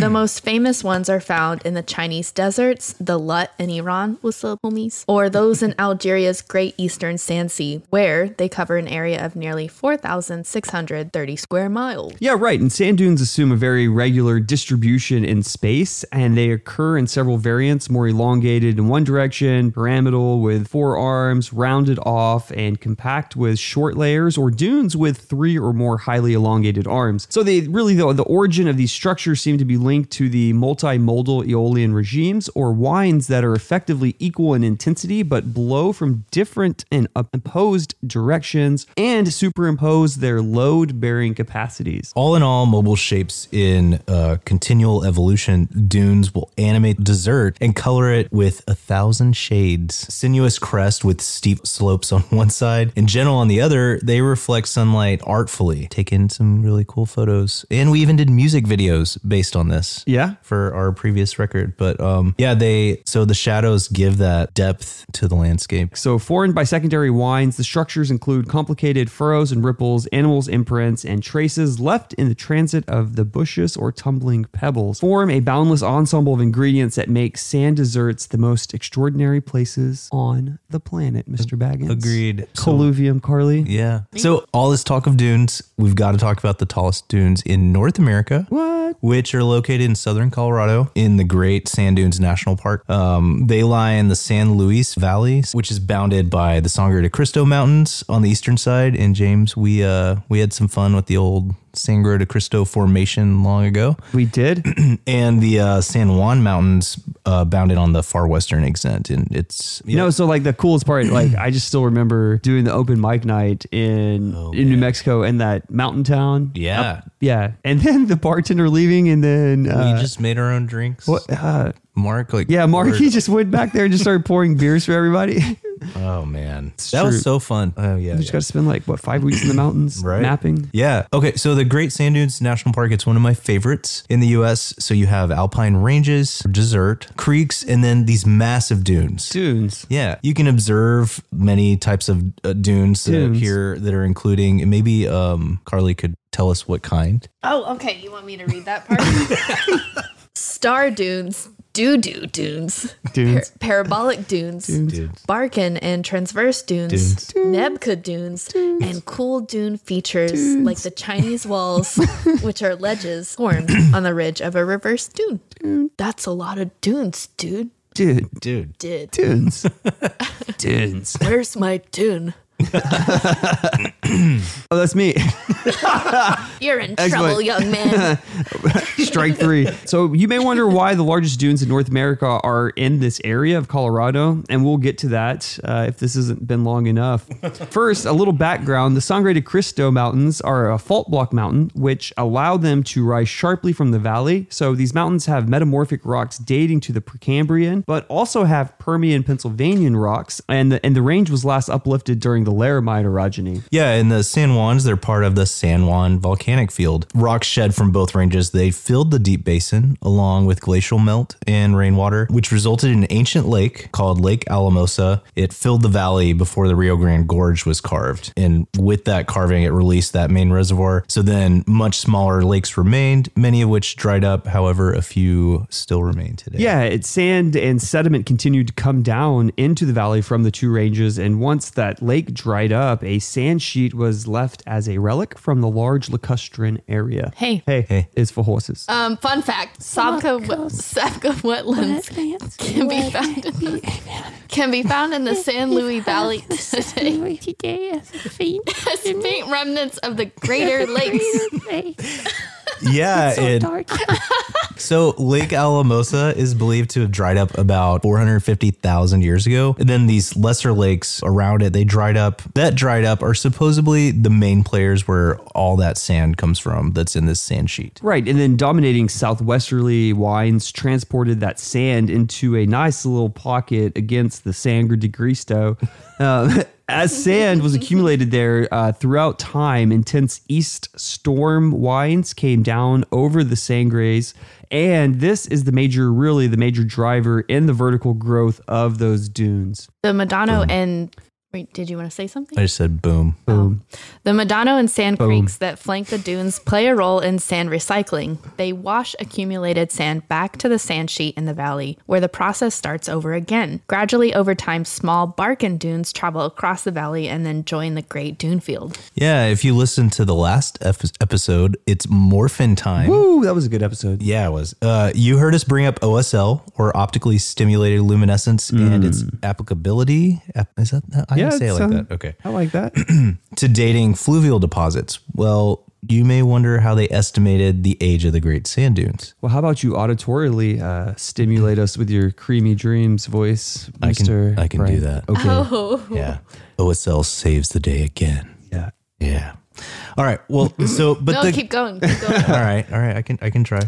Speaker 1: The most famous ones are found in the Chinese deserts, the Lut in Iran, Wasilpomis, or those in Algeria's Great Eastern Sand Sea, where they cover an area of nearly 4,630 square miles.
Speaker 2: Yeah, right. And sand dunes assume a very regular distribution in space, and they occur in several variants more elongated in one direction, pyramidal with four arms, rounded off, and compact with short layers, or dunes with three or more highly elongated arms. So, they really, though, the origin of these structures seem to be linked to the multimodal Aeolian regimes or winds that are effectively equal in intensity but blow from different and opposed directions and superimpose their load bearing capacities.
Speaker 5: All in all, mobile shapes in uh, continual evolution dunes will animate desert and color it with a thousand shades. Sinuous crest with steep slopes on one side and gentle on the other, they reflect sunlight artfully. Taken some really cool photos, and we even did music videos based on this.
Speaker 2: Yeah.
Speaker 5: for our previous record, but um, yeah, they so the shadows give that depth to the landscape.
Speaker 2: So, formed by secondary winds, the structures include complicated furrows and ripples, animals' imprints, and traces left in the transit of the bushes or tumbling pebbles. Form a boundless ensemble of ingredients that make sand deserts the most extraordinary places on the planet, Mr. Baggins.
Speaker 5: Agreed. So-
Speaker 2: Colluvium, Carly.
Speaker 5: Yeah. So all this talk of dunes, we've got to talk about the tallest dunes in North America.
Speaker 2: What?
Speaker 5: Which are located in southern Colorado in the Great Sand Dunes National Park. Um, they lie in the San Luis Valley, which is bounded by the Sangre de Cristo Mountains on the eastern side. And James, we uh, we had some fun with the old Sangre de Cristo formation long ago
Speaker 2: We did.
Speaker 5: and the uh, San Juan Mountains uh, bounded on the far western extent, and it's you
Speaker 2: No, so like the coolest part, like I just still remember doing the open mic night in in New Mexico in that mountain town.
Speaker 5: Oh, yeah.
Speaker 2: Yeah, and then the bartender leaving, and then uh,
Speaker 5: we just made our own drinks. What? uh, Mark, like
Speaker 2: yeah, Mark
Speaker 5: ordered-
Speaker 2: he just went back there and just started pouring beers for everybody. you
Speaker 5: Oh man, that was so fun. Oh yeah,
Speaker 2: just got to spend like what five weeks in the mountains
Speaker 5: Right.
Speaker 2: mapping.
Speaker 5: Yeah. Okay. So the Great Sand Dunes National Park, it's one of my favorites in the US. So you have alpine ranges, desert, creeks, and then these massive dunes.
Speaker 2: Dunes.
Speaker 5: Yeah, you can observe many types of uh, dunes,
Speaker 2: Dunes.
Speaker 5: That here that are including. and Maybe um, Carly could tell us what kind.
Speaker 1: Oh, okay. You want me to read that part? Star dunes, doo doo dunes,
Speaker 2: Dunes.
Speaker 1: parabolic dunes, Barkin and transverse dunes, Nebka dunes, and cool dune features like the Chinese walls, which are ledges formed on the ridge of a reverse dune. That's a lot of dunes, dude.
Speaker 2: Dude,
Speaker 5: Dude,
Speaker 1: Did
Speaker 2: dunes. dunes.
Speaker 1: where's my dune?
Speaker 2: Oh, that's me.
Speaker 1: You're in
Speaker 2: Excellent.
Speaker 1: trouble, young man.
Speaker 2: Strike three. So you may wonder why the largest dunes in North America are in this area of Colorado, and we'll get to that uh, if this hasn't been long enough. First, a little background: the Sangre de Cristo Mountains are a fault block mountain, which allow them to rise sharply from the valley. So these mountains have metamorphic rocks dating to the Precambrian, but also have Permian Pennsylvanian rocks, and the, and the range was last uplifted during the Laramide orogeny.
Speaker 5: Yeah, and the San Juans, they're part of the San Juan volcanic field. Rocks shed from both ranges, they filled the deep basin along with glacial melt and rainwater, which resulted in an ancient lake called Lake Alamosa. It filled the valley before the Rio Grande Gorge was carved. And with that carving, it released that main reservoir. So then much smaller lakes remained, many of which dried up. However, a few still remain today.
Speaker 2: Yeah, it's sand and sediment continued to come down into the valley from the two ranges. And once that lake dried up, a sand sheet sheet was left as a relic from the large lacustrine area.
Speaker 1: Hey.
Speaker 2: Hey,
Speaker 5: Hey.
Speaker 2: is for horses.
Speaker 1: Um, fun fact: Sabka Sabka wetlands
Speaker 4: Plants
Speaker 1: can be found in the, can be found in the San Luis Valley today
Speaker 4: today. Today as a faint
Speaker 1: as faint remnants of the Greater Lakes.
Speaker 4: play.
Speaker 5: Yeah,
Speaker 3: uh,
Speaker 4: So
Speaker 5: it-
Speaker 4: dark.
Speaker 5: So Lake Alamosa is believed to have dried up about 450,000 years ago. And then these lesser lakes around it, they dried up. That dried up are supposedly the main players where all that sand comes from that's in this sand sheet.
Speaker 2: Right, and then dominating southwesterly winds transported that sand into a nice little pocket against the Sangre de Cristo. Um, as sand was accumulated there uh, throughout time, intense east storm winds came down over the Sangres, and this is the major, really the major driver in the vertical growth of those dunes.
Speaker 1: The Madano and wait, did you want to say something?
Speaker 5: I Oh. just said boom.
Speaker 1: The Madano and sand creeks that flank the dunes play a role in sand recycling. They wash accumulated sand back to the sand sheet in the valley, where the process starts over again. Gradually, over time, small Barken dunes travel across the valley and then join the Great Dune Field.
Speaker 5: Yeah, if you listen to the last ep- episode, it's morphin time.
Speaker 2: Ooh, that was a good episode.
Speaker 5: Yeah, it was. Uh, you heard us bring up OSL or optically stimulated luminescence and its applicability. Ap- Is that I
Speaker 2: Yeah,
Speaker 5: can say it
Speaker 2: it's,
Speaker 5: like
Speaker 2: um,
Speaker 5: that? Okay.
Speaker 2: I like that.
Speaker 5: to dating fluvial deposits. Well, you may wonder how they estimated the age of the Great Sand Dunes.
Speaker 2: Well, how about you auditorily uh, stimulate us with your creamy dreams voice, Mr.
Speaker 5: I can, I can do
Speaker 2: Brian?
Speaker 5: that.
Speaker 2: Okay.
Speaker 5: Yeah. OSL saves the day again.
Speaker 2: Yeah.
Speaker 5: Yeah. All right. Well, so, but
Speaker 1: No,
Speaker 5: the,
Speaker 1: keep going. Keep going.
Speaker 5: all right. All right. I can, I can try.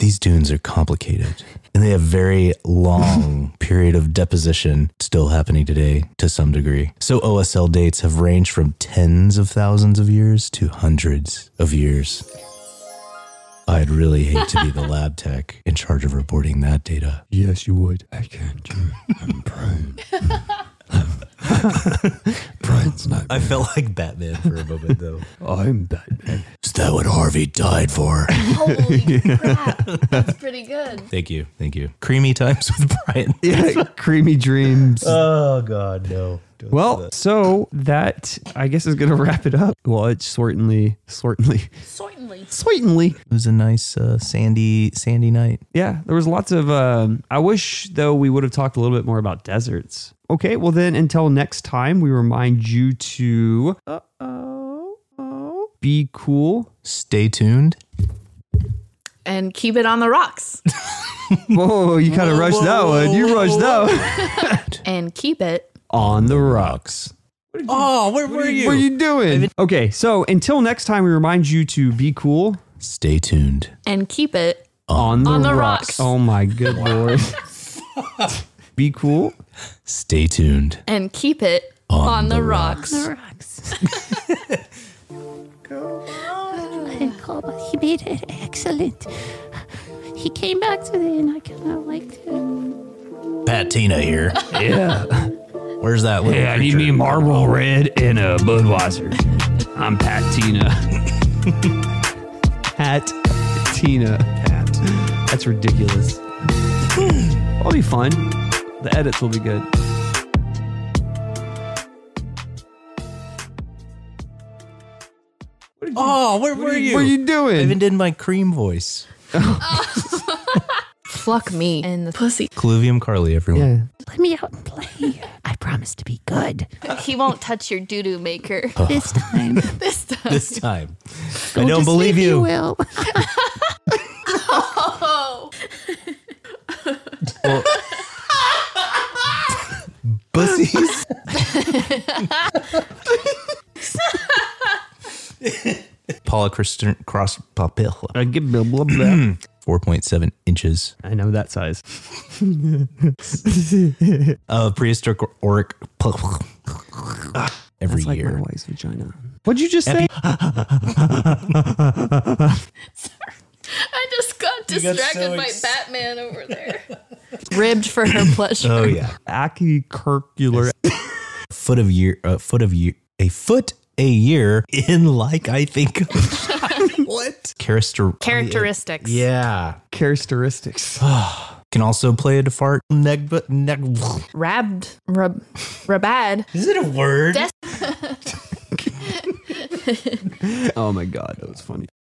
Speaker 5: These dunes are complicated and they have very long period of deposition still happening today to some degree. So OSL dates have ranged from tens of thousands of years to hundreds of years. I'd really hate to be the lab tech in charge of reporting that data.
Speaker 2: Yes, you would. I can't do it. I'm prone. Brian's not.
Speaker 5: I felt like Batman for a moment though.
Speaker 2: I'm Batman.
Speaker 5: Is that what Harvey died for?
Speaker 1: Holy crap. That's pretty good.
Speaker 5: Thank you. Thank you. Creamy times with Brian.
Speaker 2: Yeah, creamy dreams.
Speaker 5: Oh God, no.
Speaker 2: well, so that I guess is going to wrap it up. Well, it's certainly, certainly,
Speaker 1: Certainly.
Speaker 2: certainly.
Speaker 5: It was a nice uh, sandy sandy night.
Speaker 2: Yeah, there was lots of. Um, I wish though we would have talked a little bit more about deserts. Okay, well then until next time, we remind you to uh oh be cool.
Speaker 5: Stay tuned.
Speaker 1: And keep it on the rocks.
Speaker 2: Whoa, you kind of rushed that one. You rushed that one.
Speaker 1: And keep it.
Speaker 2: on the rocks.
Speaker 5: Oh, where were
Speaker 2: What are you doing? Okay, so until next time, we remind you to be cool
Speaker 5: Stay tuned.
Speaker 1: And keep it.
Speaker 2: on the,
Speaker 1: On the rocks.
Speaker 2: Oh my good lord. be cool.
Speaker 5: Stay tuned.
Speaker 1: And keep it on, the, rocks.
Speaker 4: The rocks. And Cobalt, he made it excellent. He came back today, and I kind of liked him.
Speaker 5: Patina here.
Speaker 2: Yeah.
Speaker 5: Where's that little?
Speaker 2: Yeah, I need
Speaker 5: creature?
Speaker 2: me a Marlboro Red and a Budweiser. I'm Pat Tina. Pat Tina. Pat. Hmm. That's ridiculous. That'll be fun. The edits will be good.
Speaker 5: Oh, where were you?
Speaker 2: What are you
Speaker 5: I
Speaker 2: doing?
Speaker 5: even did my cream voice.
Speaker 1: Fuck me in the pussy.
Speaker 5: Cluvium Carly, everyone.
Speaker 2: Yeah.
Speaker 4: Let me out and play. I promise to be good
Speaker 1: He won't touch your doo doo maker
Speaker 5: Uh,
Speaker 4: this time.
Speaker 1: this time.
Speaker 5: This time. I
Speaker 4: Don't
Speaker 5: don't believe you.
Speaker 4: Will.
Speaker 5: Bussies. Paula Christian Cross Papilla.
Speaker 2: I get blah, blah, blah.
Speaker 5: 4.7 inches.
Speaker 2: I know that size.
Speaker 5: of prehistoric auric every
Speaker 2: It's like
Speaker 5: year.
Speaker 2: my wife's vagina. What'd you just say?
Speaker 1: I just got
Speaker 5: got
Speaker 1: distracted
Speaker 5: so
Speaker 1: by
Speaker 5: ex-
Speaker 1: Batman over there. Ribbed for her pleasure.
Speaker 5: oh yeah,
Speaker 2: Accucircular.
Speaker 5: foot of year, a foot of year, a foot a year in like I think. what character?
Speaker 1: Characteristics.
Speaker 5: Yeah,
Speaker 2: Characteristics.
Speaker 5: can also play a defart neg but neg.
Speaker 1: Rabbed. Rab, rabad.
Speaker 5: Is it a word?
Speaker 1: Des-
Speaker 2: Oh my god, that was funny.